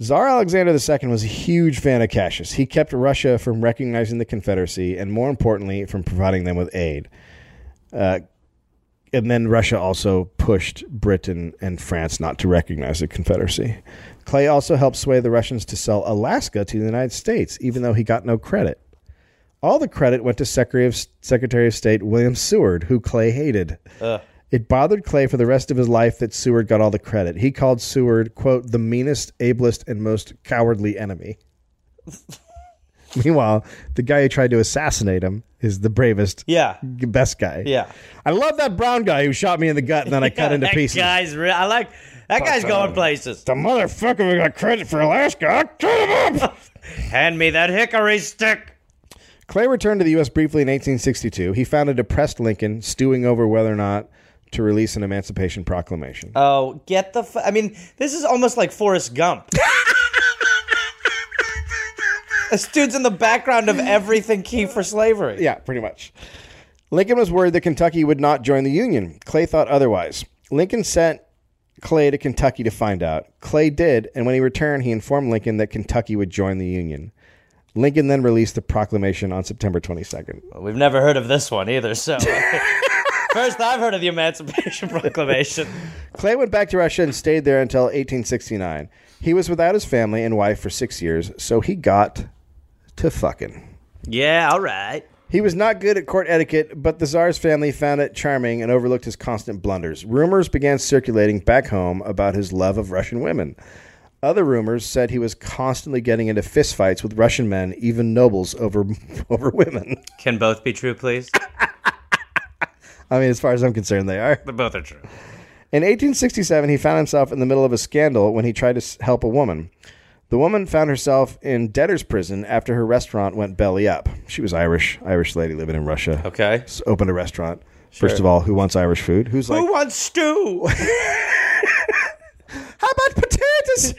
A: Tsar Alexander II was a huge fan of Cassius. He kept Russia from recognizing the Confederacy and, more importantly, from providing them with aid. Uh, and then Russia also pushed Britain and France not to recognize the Confederacy. Clay also helped sway the Russians to sell Alaska to the United States, even though he got no credit. All the credit went to Secretary of, Secretary of State William Seward, who Clay hated. It bothered Clay for the rest of his life that Seward got all the credit. He called Seward, quote, the meanest, ablest, and most cowardly enemy. Meanwhile, the guy who tried to assassinate him is the bravest,
B: Yeah.
A: best guy.
B: Yeah.
A: I love that brown guy who shot me in the gut and then I cut into
B: that
A: pieces.
B: Guy's real. I like that guy's going places.
A: The motherfucker who got credit for Alaska. I cut him up.
B: Hand me that hickory stick.
A: Clay returned to the U.S. briefly in 1862. He found a depressed Lincoln stewing over whether or not to release an Emancipation Proclamation.
B: Oh, get the. F- I mean, this is almost like Forrest Gump. this dude's in the background of everything key for slavery.
A: yeah, pretty much. Lincoln was worried that Kentucky would not join the Union. Clay thought otherwise. Lincoln sent Clay to Kentucky to find out. Clay did, and when he returned, he informed Lincoln that Kentucky would join the Union. Lincoln then released the proclamation on September 22nd.
B: We've never heard of this one either, so. First, I've heard of the Emancipation Proclamation.
A: Clay went back to Russia and stayed there until 1869. He was without his family and wife for six years, so he got to fucking.
B: yeah, all right.
A: He was not good at court etiquette, but the Tsar's family found it charming and overlooked his constant blunders. Rumors began circulating back home about his love of Russian women. Other rumors said he was constantly getting into fistfights with Russian men, even nobles, over over women.
B: Can both be true, please?
A: I mean, as far as I'm concerned, they are.
B: both are true.
A: In 1867, he found himself in the middle of a scandal when he tried to s- help a woman. The woman found herself in debtor's prison after her restaurant went belly up. She was Irish, Irish lady living in Russia.
B: Okay.
A: s- opened a restaurant. First of all, who wants Irish food? Who's like,
B: Who wants stew?
A: how about potatoes?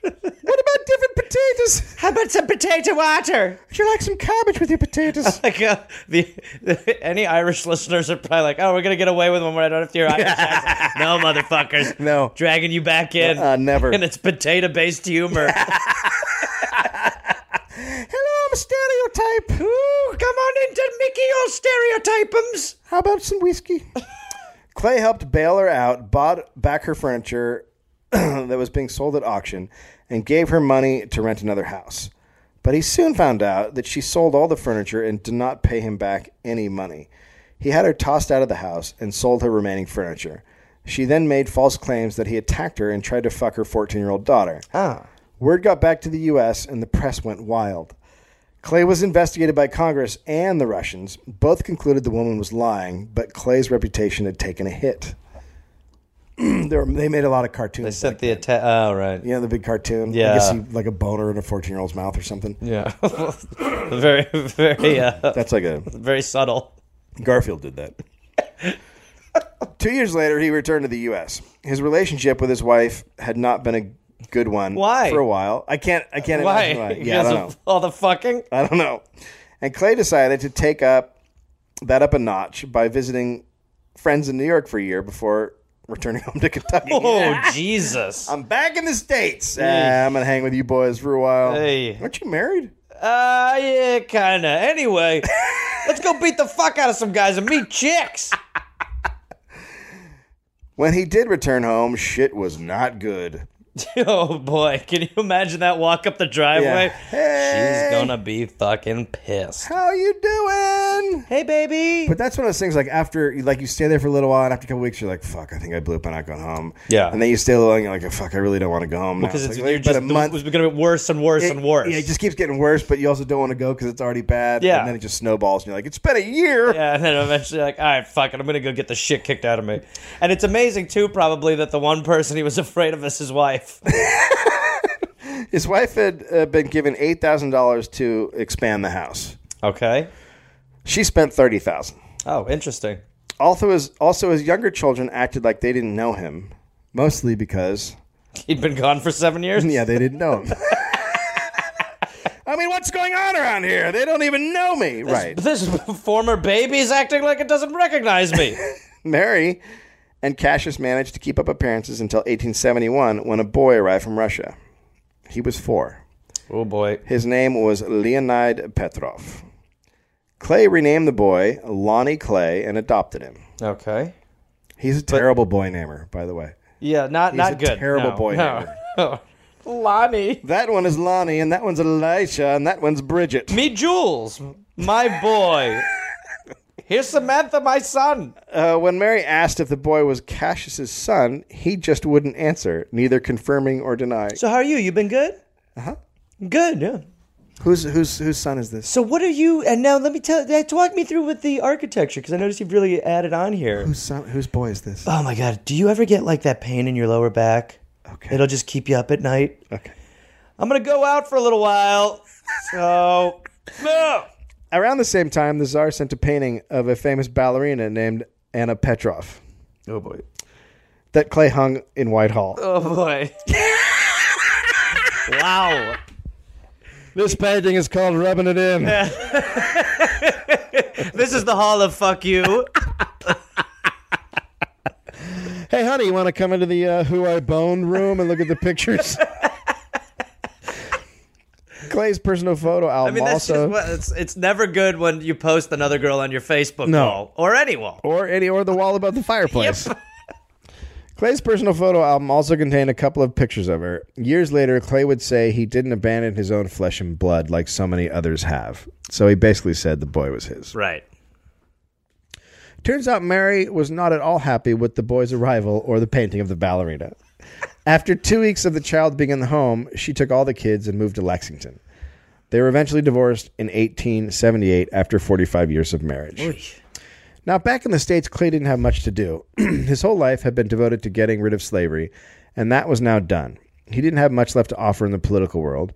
A: what about different potatoes?
B: How about some potato water?
A: Would you like some cabbage with your potatoes?
B: Like uh, the, the any Irish listeners are probably like, "Oh, we're gonna get away with one where I don't have to hear Irish accent." No, motherfuckers.
A: No.
B: dragging you back in.
A: Uh, never.
B: And it's potato-based humor.
A: Hello, I'm a stereotype.
B: Ooh, come on into Mickey or stereotypums.
A: How about some whiskey? Clay helped bail her out, bought back her furniture that was being sold at auction, and gave her money to rent another house. But he soon found out that she sold all the furniture and did not pay him back any money. He had her tossed out of the house and sold her remaining furniture. She then made false claims that he attacked her and tried to fuck her 14 year old daughter. Ah. Word got back to the U.S., and the press went wild. Clay was investigated by Congress and the Russians. Both concluded the woman was lying, but Clay's reputation had taken a hit. they, were, they made a lot of cartoons.
B: They sent the attack. Oh, right.
A: you know, the big cartoon.
B: Yeah.
A: I guess he, like a boner in a 14 year old's mouth or something.
B: Yeah. very, very, uh,
A: That's like a.
B: very subtle.
A: Garfield did that. Two years later, he returned to the U.S. His relationship with his wife had not been a good one
B: Why?
A: for a while. I can't. I can't
B: Why?
A: imagine why. Yeah, I
B: Because
A: don't know.
B: of all the fucking.
A: I don't know. And Clay decided to take up that up a notch by visiting friends in New York for a year before returning home to Kentucky.
B: Oh, Jesus.
A: I'm back in the states. Uh, I'm gonna hang with you boys for a while.
B: Hey.
A: Aren't you married?
B: Uh, yeah, kinda. Anyway, let's go beat the fuck out of some guys and meet chicks.
A: When he did return home, shit was not good.
B: oh boy, can you imagine that walk up the driveway?
A: Hey.
B: She's gonna be fucking pissed.
A: How you doing?
B: Hey, baby.
A: But that's one of those things. Like after, like you stay there for a little while, and after a couple weeks, you're like, "Fuck, I think I blew it by not going home."
B: Yeah.
A: And then you stay a little, and you're like, "Fuck, I really don't want to go home." now."
B: because it's,
A: like,
B: you're
A: but
B: just
A: a month.
B: it's gonna get worse and worse and worse.
A: Yeah, it just keeps getting worse, but you also don't want to go because it's already bad.
B: Yeah.
A: And then it just snowballs, and you're like, it's been a year.
B: Yeah, and then eventually, like, all right, fuck it, I'm gonna go get the shit kicked out of me. And it's amazing too, probably that the one person he was afraid of is his wife.
A: His wife had uh, been given $8,000 to expand the house.
B: okay.
A: She spent 30000
B: Oh, interesting.
A: Also, his Also, his younger children acted like they didn't know him, mostly because,
B: He'd been gone for seven years.
A: yeah, they didn't know him. I mean, what's going on around here? They don't even know me. right.
B: This former baby's acting like it doesn't recognize me.
A: Mary and Cassius managed to keep up appearances until 1871 when a boy arrived from Russia. He was four.
B: oh boy.
A: His name was Leonid Petrov. Clay renamed the boy Lonnie Clay and adopted him.
B: Okay.
A: He's a terrible boy namer, by the way.
B: Yeah, not not
A: a
B: good.
A: terrible
B: No,
A: boy
B: No. Lonnie.
A: That one is Lonnie, and that one's Elisha, and that one's Bridget.
B: Me Jules, my boy. Here's Samantha, my son.
A: Uh, when Mary asked if the boy was Cassius's son, he just wouldn't answer, neither confirming or denying. Uh-huh.
B: So how are you? You been good? Uh huh. Good. Yeah.
A: Who's whose whose son is this?
B: So what are you? And now let me tell. Walk me through with the architecture because I noticed you've really added on here.
A: Whose son? Whose boy is this?
B: Oh my god, do you ever get like that pain in your lower back?
A: Okay.
B: It'll just keep you up at night.
A: Okay.
B: I'm gonna go out for a little while. So no.
A: Around the same time, the Tsar sent a painting of a famous ballerina named Anna Petrov
B: Oh boy.
A: that Clay hung in Whitehall.
B: Oh boy. wow.
A: This painting is called Rubbing It In.
B: This is the hall of fuck you.
A: Hey, honey, you want to come into the uh, Who I Bone room and look at the pictures? Clay's personal photo
B: I
A: album
B: mean, that's
A: also,
B: just what, it's it's never good when you post another girl on your Facebook
A: No.
B: wall or any wall.
A: or any, or the wall above the fireplace. Clay's personal photo album also contained a couple of pictures of her. Years later, Clay would say he didn't abandon his own flesh and blood like so many others have. So he basically said the boy was his.
B: Right.
A: Turns out Mary was not at all happy with the boy's arrival or the painting of the ballerina. After two weeks of the child being in the home, she took all the kids and moved to Lexington. They were eventually divorced in 1878 after 45 years of marriage. Now, back in the States, Clay didn't have much to do. His whole life had been devoted to getting rid of slavery, and that was now done. He didn't have much left to offer in the political world.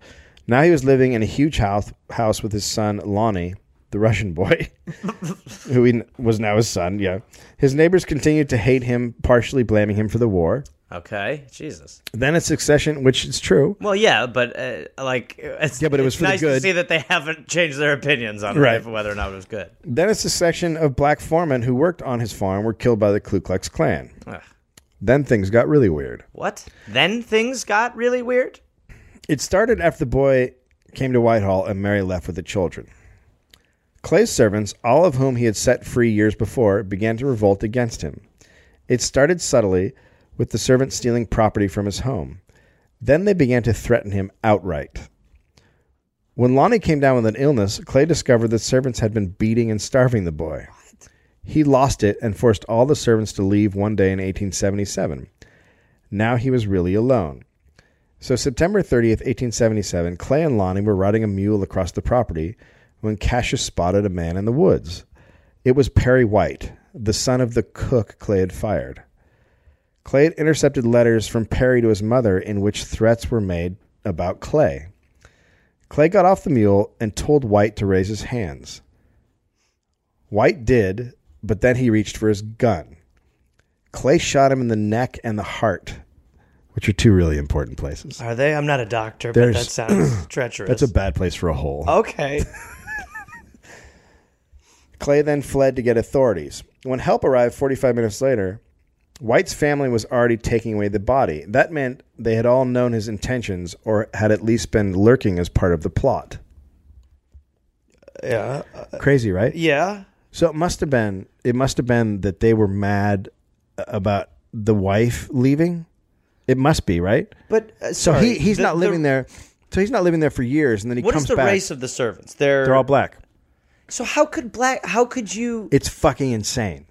A: Now he was living in a huge house, house with his son, Lonnie, the Russian boy, who he n- was now his son, yeah. His neighbors continued to hate him, partially blaming him for the war.
B: Okay. Jesus.
A: Then a succession, which is true.
B: Well, yeah, but uh, like, it's,
A: Yeah, but it was
B: it's
A: for the
B: nice to
A: good.
B: see that they haven't changed their opinions on
A: Right.
B: it, whether or not it was good.
A: Then a succession of black foremen who worked on his farm were killed by the Ku Klux Klan.
B: Ugh.
A: Then things got really weird.
B: What? Then things got really weird.
A: It started after the boy came to Whitehall and Mary left with the children. Clay's servants, all of whom he had set free years before, began to revolt against him. It started subtly with the servants stealing property from his home. Then they began to threaten him outright. When Lonnie came down with an illness, Clay discovered that servants had been beating and starving the boy. He lost it and forced all the servants to leave one day in 1877. Now he was really alone. So, September 30th, 1877, Clay and Lonnie were riding a mule across the property when Cassius spotted a man in the woods. It was Perry White, the son of the cook Clay had fired. Clay had intercepted letters from Perry to his mother in which threats were made about Clay. Clay got off the mule and told White to raise his hands. White did, but then he reached for his gun. Clay shot him in the neck and the heart, which are two really important places.
B: Are they? I'm not a doctor,
A: There's-
B: but that sounds treacherous.
A: That's a bad place for a hole.
B: okay.
A: Clay then fled to get authorities. When help arrived 45 minutes later, White's family was already taking away the body. That meant they had all known his intentions or had at least been lurking as part of the plot.
B: yeah.
A: Crazy, right?
B: Yeah.
A: So it must have been it must have been that they were mad about the wife leaving. It must be, right?
B: But uh,
A: So
B: sorry,
A: he, he's
B: the-
A: not
B: the-
A: living there. So he's not living there for years and then he
B: What
A: comes
B: is the
A: back.
B: race of the servants? They're,
A: They're all black.
B: So how could black? How could you?
A: It's fucking insane.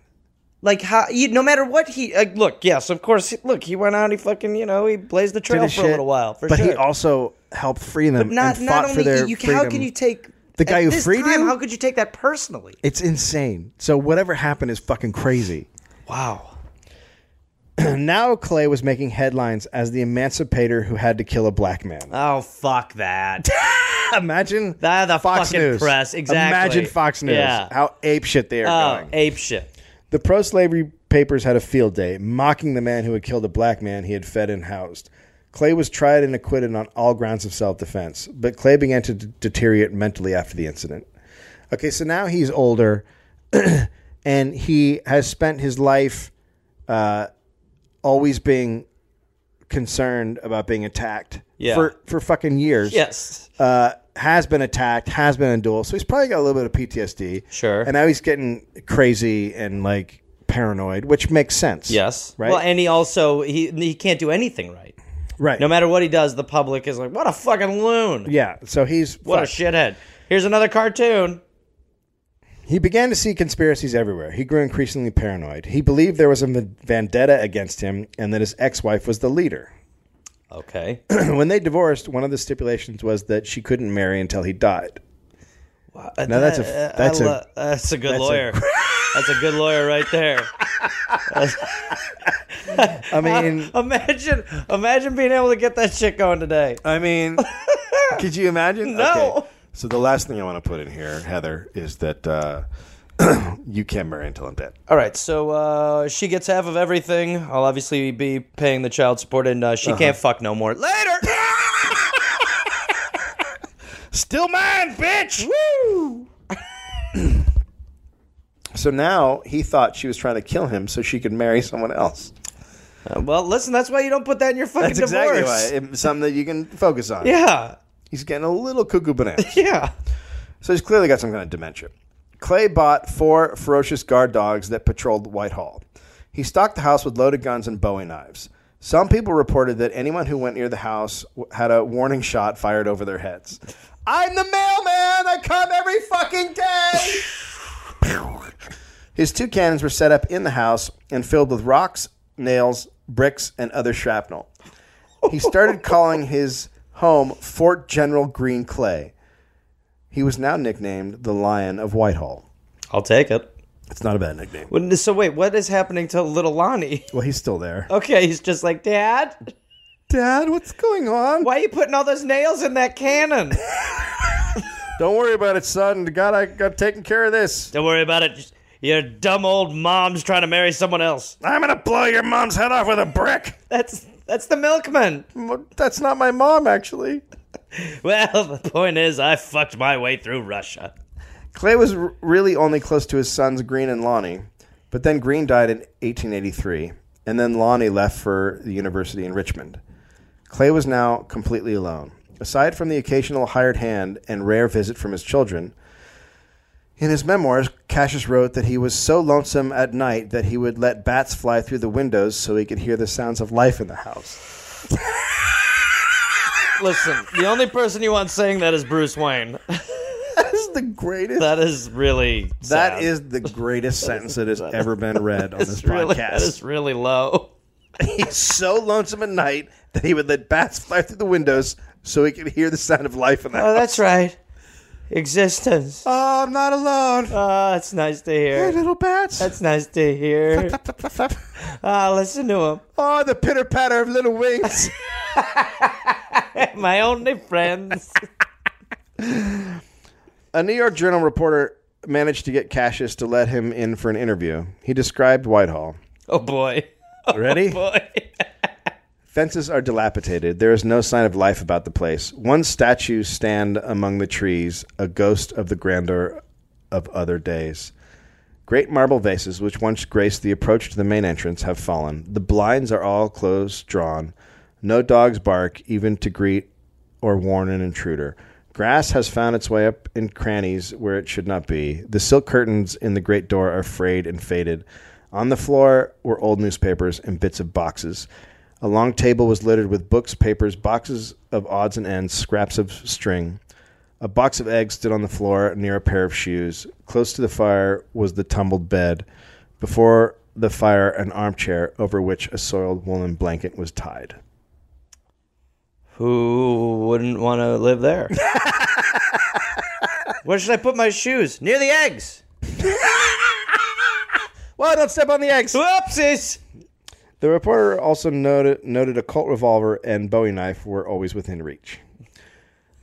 B: Like how? You, no matter what he. Like, look, yes, of course. he- Look, he went out. He fucking. You know, he blazed the trail
A: Did
B: for
A: his
B: a
A: shit,
B: little while. For
A: but
B: sure.
A: he also helped free them
B: not
A: and fought
B: not
A: for
B: only
A: their
B: you,
A: freedom.
B: how can you take
A: The guy
B: at
A: who
B: this
A: freed
B: time,
A: you?
B: How could you take that personally?
A: It's insane. So whatever happened is fucking crazy.
B: Wow.
A: now Clay was making headlines as the emancipator who had to kill a black man.
B: Oh fuck that.
A: Imagine
B: Ah, the
A: Fox
B: fucking
A: News.
B: press, exactly.
A: Imagine Fox News.
B: Yeah.
A: How ape shit they are
B: oh,
A: going.
B: ape shit.
A: The pro-slavery papers had a field day, mocking the man who had killed a black man he had fed and housed. Clay was tried and acquitted on all grounds of self-defense, but Clay began to d- deteriorate mentally after the incident. Okay, so now he's older, and he has spent his life uh, always being concerned about being attacked
B: Yeah.
A: for for fucking years
B: Yes.
A: uh, has been attacked, has been in duel, so he's probably got a little bit of PTSD.
B: Sure.
A: And now he's getting crazy and like paranoid, which makes sense.
B: yes.
A: Right.
B: Well, and he also he he can't do anything right.
A: right.
B: No matter what he does, the public is like, "What a fucking loon!
A: Yeah. So he's
B: What
A: fucked.
B: a shithead!" Here's another cartoon.
A: He began to see conspiracies everywhere. He grew increasingly paranoid. He believed there was a vendetta against him and that his ex-wife was the leader.
B: Okay.
A: when they divorced, one of the stipulations was that she couldn't marry until he died.
B: now
A: that's a- that's a-
B: Uh, that's a good lawyer. that's a good lawyer right there.
A: I mean,
B: Imagine, imagine being able to get that shit going today.
A: I mean, could you imagine?
B: No.
A: So the last thing I want to put in here, Heather, is that uh, you can't marry until I'm dead.
B: All right, so uh, she gets half of everything. I'll obviously be paying the child support, and uh, she can't fuck no more. Later.
A: Still mine, bitch. Woo. so now he thought she was trying to kill him so she could marry someone else.
B: Uh, well, listen, that's why you don't put that in your fucking
A: That's
B: divorce.
A: exactly why. It's something that you can focus on.
B: Yeah,
A: He's getting a little cuckoo bananas.
B: yeah.
A: So he's clearly got some kind of dementia. Clay bought four ferocious guard dogs that patrolled Whitehall. He stocked the house with loaded guns and Bowie knives. Some people reported that anyone who went near the house w- had a warning shot fired over their heads. I'm the mailman! I come every fucking day! His two cannons were set up in the house and filled with rocks, nails, bricks, and other shrapnel. He started calling his home Fort General Green Clay. He was now nicknamed the Lion of Whitehall.
B: I'll take it.
A: It's not a bad nickname.
B: Wouldn't- So wait, what is happening to little Lonnie?
A: Well, he's still there.
B: Okay, he's just like, Dad,
A: Oh, Dad, what's going on?
B: why are you putting all those nails in that cannon?
A: Don't worry about it, son. God, I got taken care of this.
B: Don't worry about it. Just- Your dumb old mom's trying to marry someone else.
A: I'm gonna blow your mom's head off with a brick.
B: That's that's the milkman.
A: M- That's not my mom, actually.
B: Well, the point is, I fucked my way through Russia.
A: Clay was r- really only close to his sons Green and Lonnie, but then Green died in 1883, and then Lonnie left for the university in Richmond. Clay was now completely alone. Aside from the occasional hired hand and rare visit from his children, in his memoirs, Cassius wrote that he was so lonesome at night that he would let bats fly through the windows so he could hear the sounds of life in the house.
B: Listen, the only person you want saying that is Bruce Wayne.
A: That is the greatest.
B: That is really
A: that
B: sad.
A: is the greatest sentence that has ever been read on this
B: really
A: podcast.
B: that is really low.
A: He's so lonesome at night that he would let bats fly through the windows so he could hear the sound of life in the house.
B: that's right. Existence.
A: Oh, I'm not alone.
B: Ah, it's nice to
A: Hey,
B: hear.
A: little bats.
B: That's nice to hear. Ah, listen to him.
A: Oh, the pitter patter of little wings.
B: My only friends.
A: A New York Journal reporter managed to get Cassius to let him in for an interview. He described Whitehall.
B: Oh boy.
A: Ready?
B: Boy.
A: Fences are dilapidated. There is no sign of life about the place. One statue stand among the trees, a ghost of the grandeur of other days. Great marble vases, which once graced the approach to the main entrance, have fallen. The blinds are all close drawn. No dogs bark, even to greet or warn an intruder. Grass has found its way up in crannies where it should not be. The silk curtains in the great door are frayed and faded. On the floor were old newspapers and bits of boxes. A long table was littered with books, papers, boxes of odds and ends, scraps of string. A box of eggs stood on the floor near a pair of shoes. Close to the fire was the tumbled bed. Before the fire, an armchair over which a soiled woolen blanket was tied.
B: Who wouldn't want to live there? Where should I put my shoes? Near the eggs.
A: Well, don't step on the eggs.
B: Whoopsies.
A: The reporter also noted, noted a Colt revolver and Bowie knife were always within reach.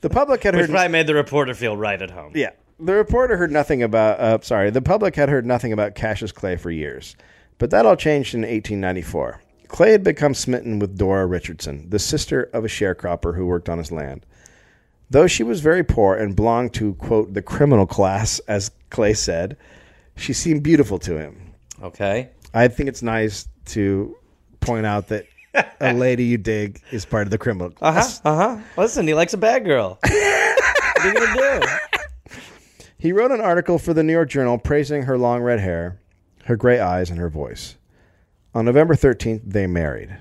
A: The public had
B: Which
A: heard.
B: probably made the reporter feel right at home.
A: Yeah. The reporter heard nothing about, uh, sorry, the public had heard nothing about Cassius Clay for years. But that all changed in 1894. Clay had become smitten with Dora Richardson, the sister of a sharecropper who worked on his land. Though she was very poor and belonged to, quote, the criminal class, as Clay said, she seemed beautiful to him.
B: Okay.
A: I think it's nice to point out that a lady you dig is part of the criminal class.
B: Uh huh. Listen, he likes a bad girl. what are you gonna do?
A: He wrote an article for the New York Journal praising her long red hair, her gray eyes, and her voice. On November 13th, they married.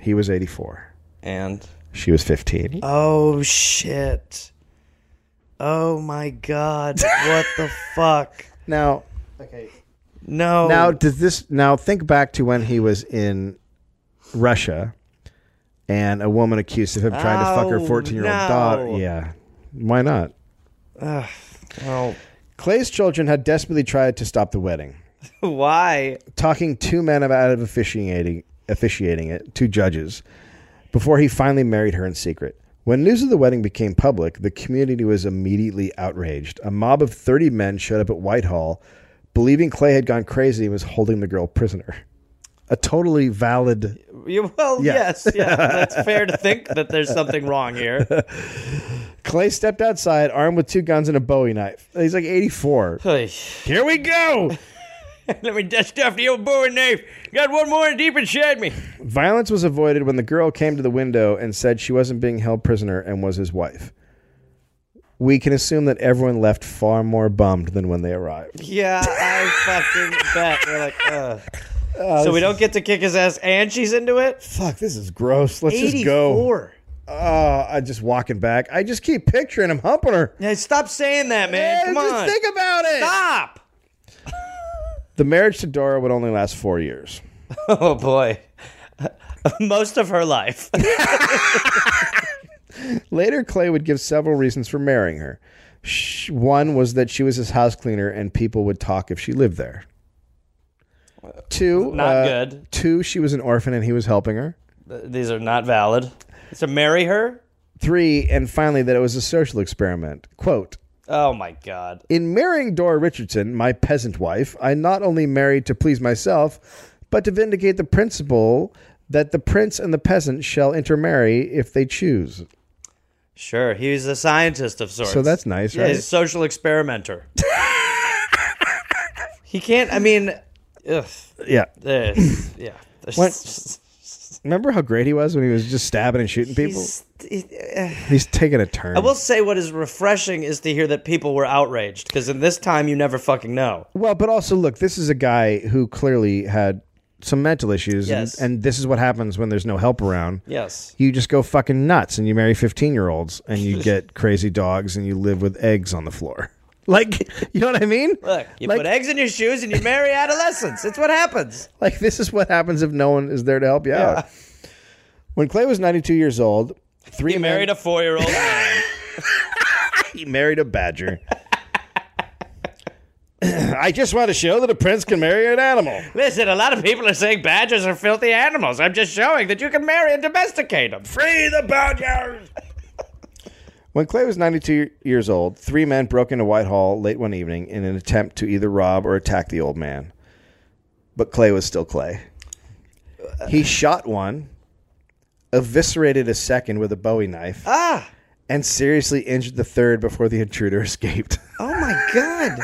A: He was 84.
B: And
A: She was 15.
B: oh shit. Oh my god. What the fuck?
A: Now,
B: No.
A: now does this now think back to when he was in Russia and a woman accused of him trying to fuck her
B: Oh,
A: 14 year old
B: no.
A: daughter. Yeah. Why not?
B: Oh,
A: Clay's children had desperately tried to stop the wedding,
B: why?
A: talking two men out of officiating, officiating it, two judges, before he finally married her in secret. When news of the wedding became public, the community was immediately outraged. A mob of 30 men showed up at Whitehall, believing Clay had gone crazy and was holding the girl prisoner. A totally valid
B: You, well,
A: Yeah.
B: yes, yeah. That's fair to think that there's something wrong here.
A: Clay stepped outside, armed with two guns and a Bowie knife. He's like 84.
B: Hey,
A: Here we go!
B: Let me dust off the old bowie knife. Got one more deep inside me.
A: Violence was avoided when the girl came to the window and said she wasn't being held prisoner and was his wife. We can assume that everyone left far more bummed than when they arrived.
B: Yeah, I fucking bet. We're like, ugh.
A: Oh,
B: so we don't get to kick his ass, and she's into it.
A: Fuck, this is gross. Let's just go. Oh, I just walking back. I just keep picturing him humping her.
B: Hey, stop saying that, man.
A: Yeah,
B: Come
A: just
B: on,
A: think about it.
B: stop.
A: The marriage to Dora would only last four years.
B: Oh boy, most of her life.
A: Uh, Later, Clay would give several reasons for marrying her. Sh one was that she was his house cleaner and people would talk if she lived there. Two,
B: Not
A: uh,
B: good.
A: Two, she was an orphan and he was helping her.
B: These are not valid. To marry her?
A: Three, and finally, that it was a social experiment. Quote
B: Oh my god.
A: In marrying Dora Richardson, my peasant wife, I not only married to please myself, but to vindicate the principle that the prince and the peasant shall intermarry if they choose.
B: Sure, he was a scientist of sorts.
A: So that's nice,
B: Yeah,
A: right?
B: he's a social experimenter. he can't. I mean, ugh.
A: Yeah.
B: There's- yeah. There's-
A: What? Remember how great he was when he was just stabbing and shooting people?
B: He's- he- uh,
A: He's taking a turn.
B: I will say what is refreshing is to hear that people were outraged because in this time you never fucking know.
A: well, but also look, this is a guy who clearly had some mental issues,
B: Yes.
A: and, and this is what happens when there's no help around.
B: Yes.
A: You just go fucking nuts, and you marry fifteen-year-olds, and you get crazy dogs, and you live with eggs on the floor. Like, you know what I mean?
B: Look, you
A: like,
B: put eggs in your shoes and you marry adolescents. It's what happens.
A: like this is what happens if no one is there to help you out. When Clay was ninety-two years old, three
B: He
A: men-
B: married a four year old man.
A: he married a badger. I just want to show that a prince can marry an animal.
B: Listen, a lot of people are saying badgers are filthy animals. I'm just showing that you can marry and domesticate them.
A: Free the Badgers! When Clay was 92 years old, three men broke into Whitehall late one evening in an attempt to either rob or attack the old man. But Clay was still Clay. He shot one, eviscerated a second with a bowie knife,
B: Ah!
A: and seriously injured the third before the intruder escaped.
B: Oh my god.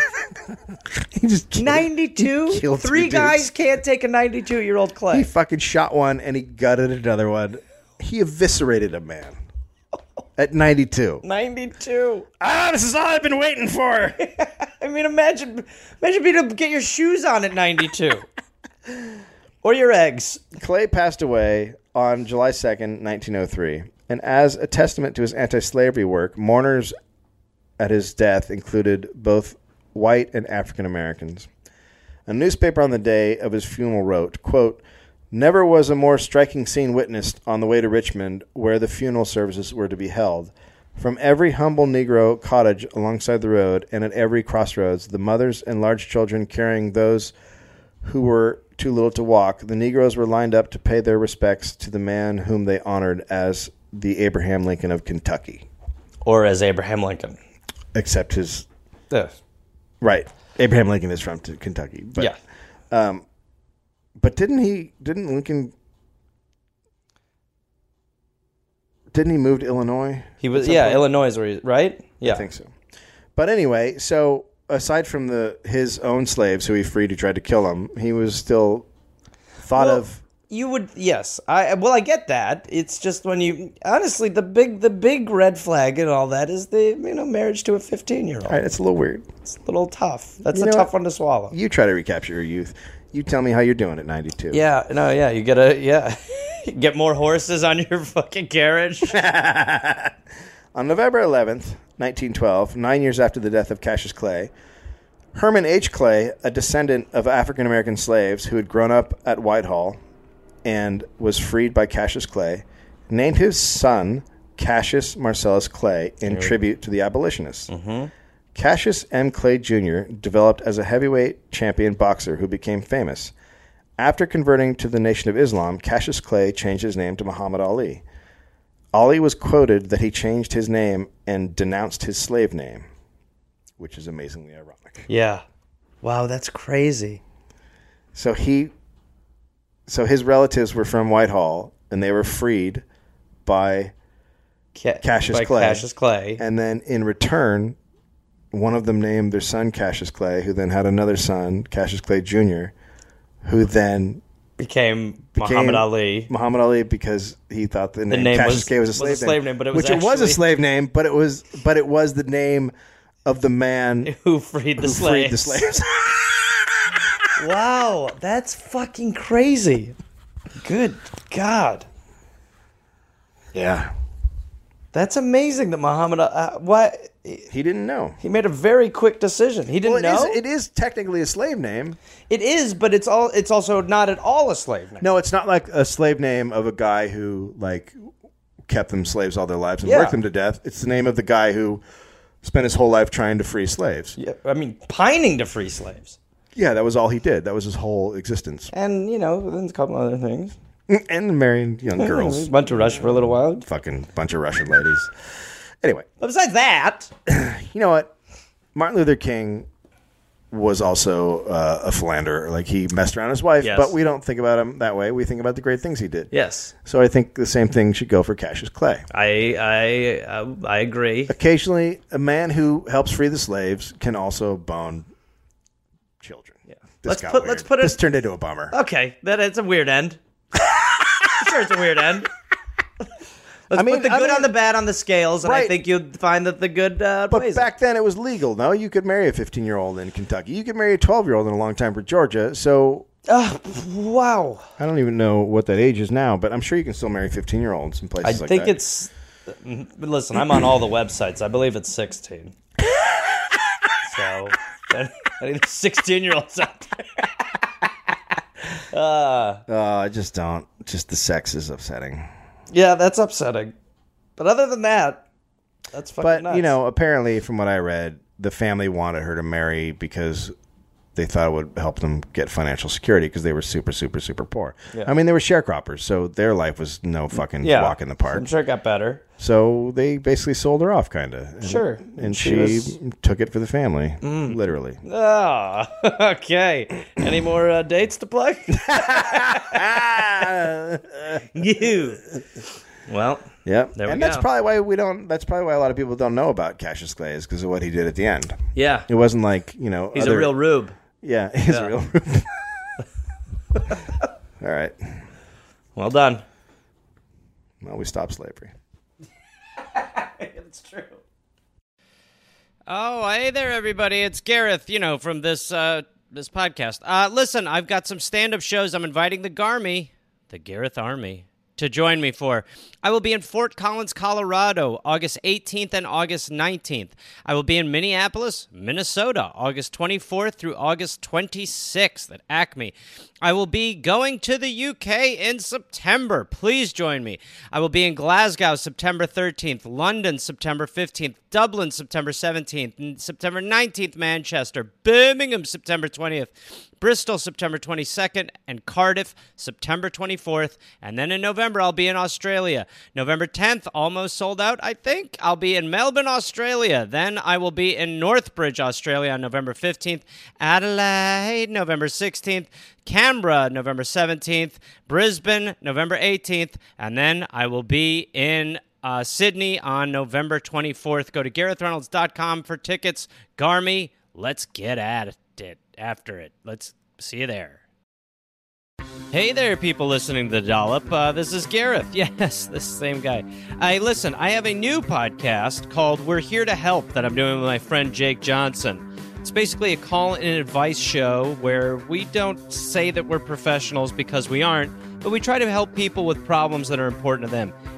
A: he just killed-
B: 92?
A: killed two
B: Three
A: dudes.
B: guys can't take a 92 year old
A: He
B: Clay.
A: fucking shot one and he gutted another one. He eviscerated a man at 92.
B: 92.
A: Ah, this is all I've been waiting for.
B: I mean, imagine imagine being able to get your shoes on at 92. or your eggs.
A: Clay passed away on July 2nd, 1903, and as a testament to his anti slavery work, mourners at his death included both white and African Americans. A newspaper on the day of his funeral wrote, quote, Never was a more striking scene witnessed on the way to Richmond where the funeral services were to be held. From every humble Negro cottage alongside the road and at every crossroads, the mothers and large children carrying those who were too little to walk, the Negroes were lined up to pay their respects to the man whom they honored as the Abraham Lincoln of Kentucky.
B: Or as Abraham Lincoln.
A: Except his
B: Ugh.
A: right, Abraham Lincoln is from t- Kentucky, but
B: yeah.
A: but didn't he? Didn't Lincoln? Didn't he move to Illinois?
B: He was, yeah, Illinois is where he, right? Yeah.
A: I think so. But anyway, so aside from the his own slaves who he freed who tried to kill him, he was still thought
B: Well,
A: of.
B: You would yes. I well I get that. It's just when you honestly the big the big red flag and all that is the you know marriage to a 15-year-old.
A: All right, it's a little weird.
B: It's a little tough. That's
A: You
B: a
A: know
B: tough
A: what?
B: one to swallow.
A: You try to recapture your youth. You tell me how you're doing at 92.
B: Yeah, no, yeah, you got to yeah. get more horses on your fucking carriage.
A: On November 11th, 1912, nine years after the death of Cassius Clay, Herman H. Clay, a descendant of African American slaves who had grown up at Whitehall and was freed by Cassius Clay, named his son Cassius Marcellus Clay in tribute to the abolitionists. Cassius M. Clay Jr. developed as a heavyweight champion boxer who became famous. After converting to the Nation of Islam, Cassius Clay changed his name to Muhammad Ali. Ali was quoted that he changed his name and denounced his slave name, which is amazingly ironic.
B: Yeah. Wow, that's crazy.
A: So he, so his relatives were from Whitehall, and they were freed by,
B: Ca-
A: Cassius
B: by
A: Clay.
B: Cassius Clay.
A: and then in return, one of them named their son Cassius Clay, who then had another son, Cassius Clay Jr., who then
B: became Muhammad
A: became
B: Ali.
A: Muhammad Ali, because he thought the name,
B: name
A: Cassius
B: was-
A: Clay was a
B: was
A: slave,
B: a slave name, but it was
A: which it was a
B: actually-
A: slave name, but it was but it was the name of the man
B: Who freed the
A: who
B: slaves?
A: freed the slaves.
B: Wow, that's fucking crazy. Good God,
A: yeah,
B: that's amazing that Muhammad. Uh, what
A: he didn't know.
B: he made a very quick decision. He
A: Well,
B: didn't
A: it is
B: know
A: it is technically a slave name.
B: it is, but it's all. It's also not at all a slave name.
A: No, it's not like a slave name of a guy who like kept them slaves all their lives and
B: Yeah.
A: worked them to death. It's the name of the guy who spent his whole life trying to free slaves. Yeah,
B: Yeah, I mean, pining to free slaves,
A: that was all he did. That was his whole existence.
B: and you know, then a couple other things.
A: And marrying young girls,
B: went to Russia for a little while.
A: fucking bunch of Russian ladies. Anyway,
B: But besides that,
A: you know what? Martin Luther King was also uh, a philanderer. Like he messed around his wife,
B: Yes.
A: but we don't think about him that way. We think about the great things he did.
B: yes,
A: So I think the same thing should go for Cassius Clay.
B: I I uh, I agree.
A: Occasionally, a man who helps free the slaves can also bone children. Yeah.
B: Let's put- let's put it-
A: This turned into a bummer.
B: Okay, that it's a weird end. sure, it's a weird end. Let's
A: I mean-
B: put the
A: I
B: good
A: mean-
B: on the bad on the scales, and I
A: Right.
B: think you'll find that the good uh,
A: but
B: weighs it.
A: back then, it was legal. No, you could marry a 15 year old in Kentucky. You could marry a 12 year old in a long time for Georgia. So
B: Wow,
A: I don't even know what that age is now, but I'm sure you can still marry 15 year olds in places
B: I
A: like that.
B: think it's. Listen, I'm on all the websites. I believe it's 16. so, I think 16 year olds out there.
A: Uh, I just don't. Just the sex is upsetting.
B: Yeah, that's upsetting. But other than that, that's fucking
A: But
B: nuts.
A: you know, apparently, from what I read, the family wanted her to marry because they thought it would help them get financial security because they were super, super, super poor. I mean, they were sharecroppers, so their life was no fucking
B: yeah,
A: walk in the park.
B: I'm sure it got better.
A: So they basically sold her off, kind of.
B: Mm-hmm. Sure.
A: And she,
B: She was- Mm.
A: took it for the family, literally.
B: Ah, okay. Any more uh, dates to plug? you. Well,
A: Yep.
B: There we
A: and that's
B: go.
A: probably why we don't. That's probably why a lot of people don't know about Cassius Clay is because of what he did at the end.
B: yeah.
A: It wasn't like you know.
B: He's
A: other-
B: a real rube.
A: Yeah, he's a real. All right.
B: Well done.
A: Well, we stopped slavery.
B: It's true. Oh, hey there, everybody. It's Gareth, you know, from this uh, this podcast. Uh, listen, I've got some stand up shows I'm inviting the Garmy, the Gareth Army, to join me for. I will be in Fort Collins, Colorado, August 18th and August 19th. I will be in Minneapolis, Minnesota, August 24th through August 26th at Acme. I will be going to the UK in September. Please join me. I will be in Glasgow September 13th, London September 15th, Dublin September 17th, and September 19th, Manchester, Birmingham September 20th, Bristol September 22nd, and Cardiff September 24th. And then in November, I'll be in Australia. November 10th, almost sold out, I think. I'll be in Melbourne, Australia. Then I will be in Northbridge, Australia on November 15th, Adelaide November 16th, Canberra November 17th, Brisbane November 18th, and then I will be in uh, Sydney on November 24th. Go to GarethReynolds.com for tickets. Garmy, let's get at it after it. Let's see you there. Hey there, people listening to the Dollop. Uh, this is Gareth. Yes, this same guy. I listen. I have a new podcast called "We're Here to Help" that I'm doing with my friend Jake Johnson. It's basically a call and advice show where we don't say that we're professionals because we aren't, but we try to help people with problems that are important to them.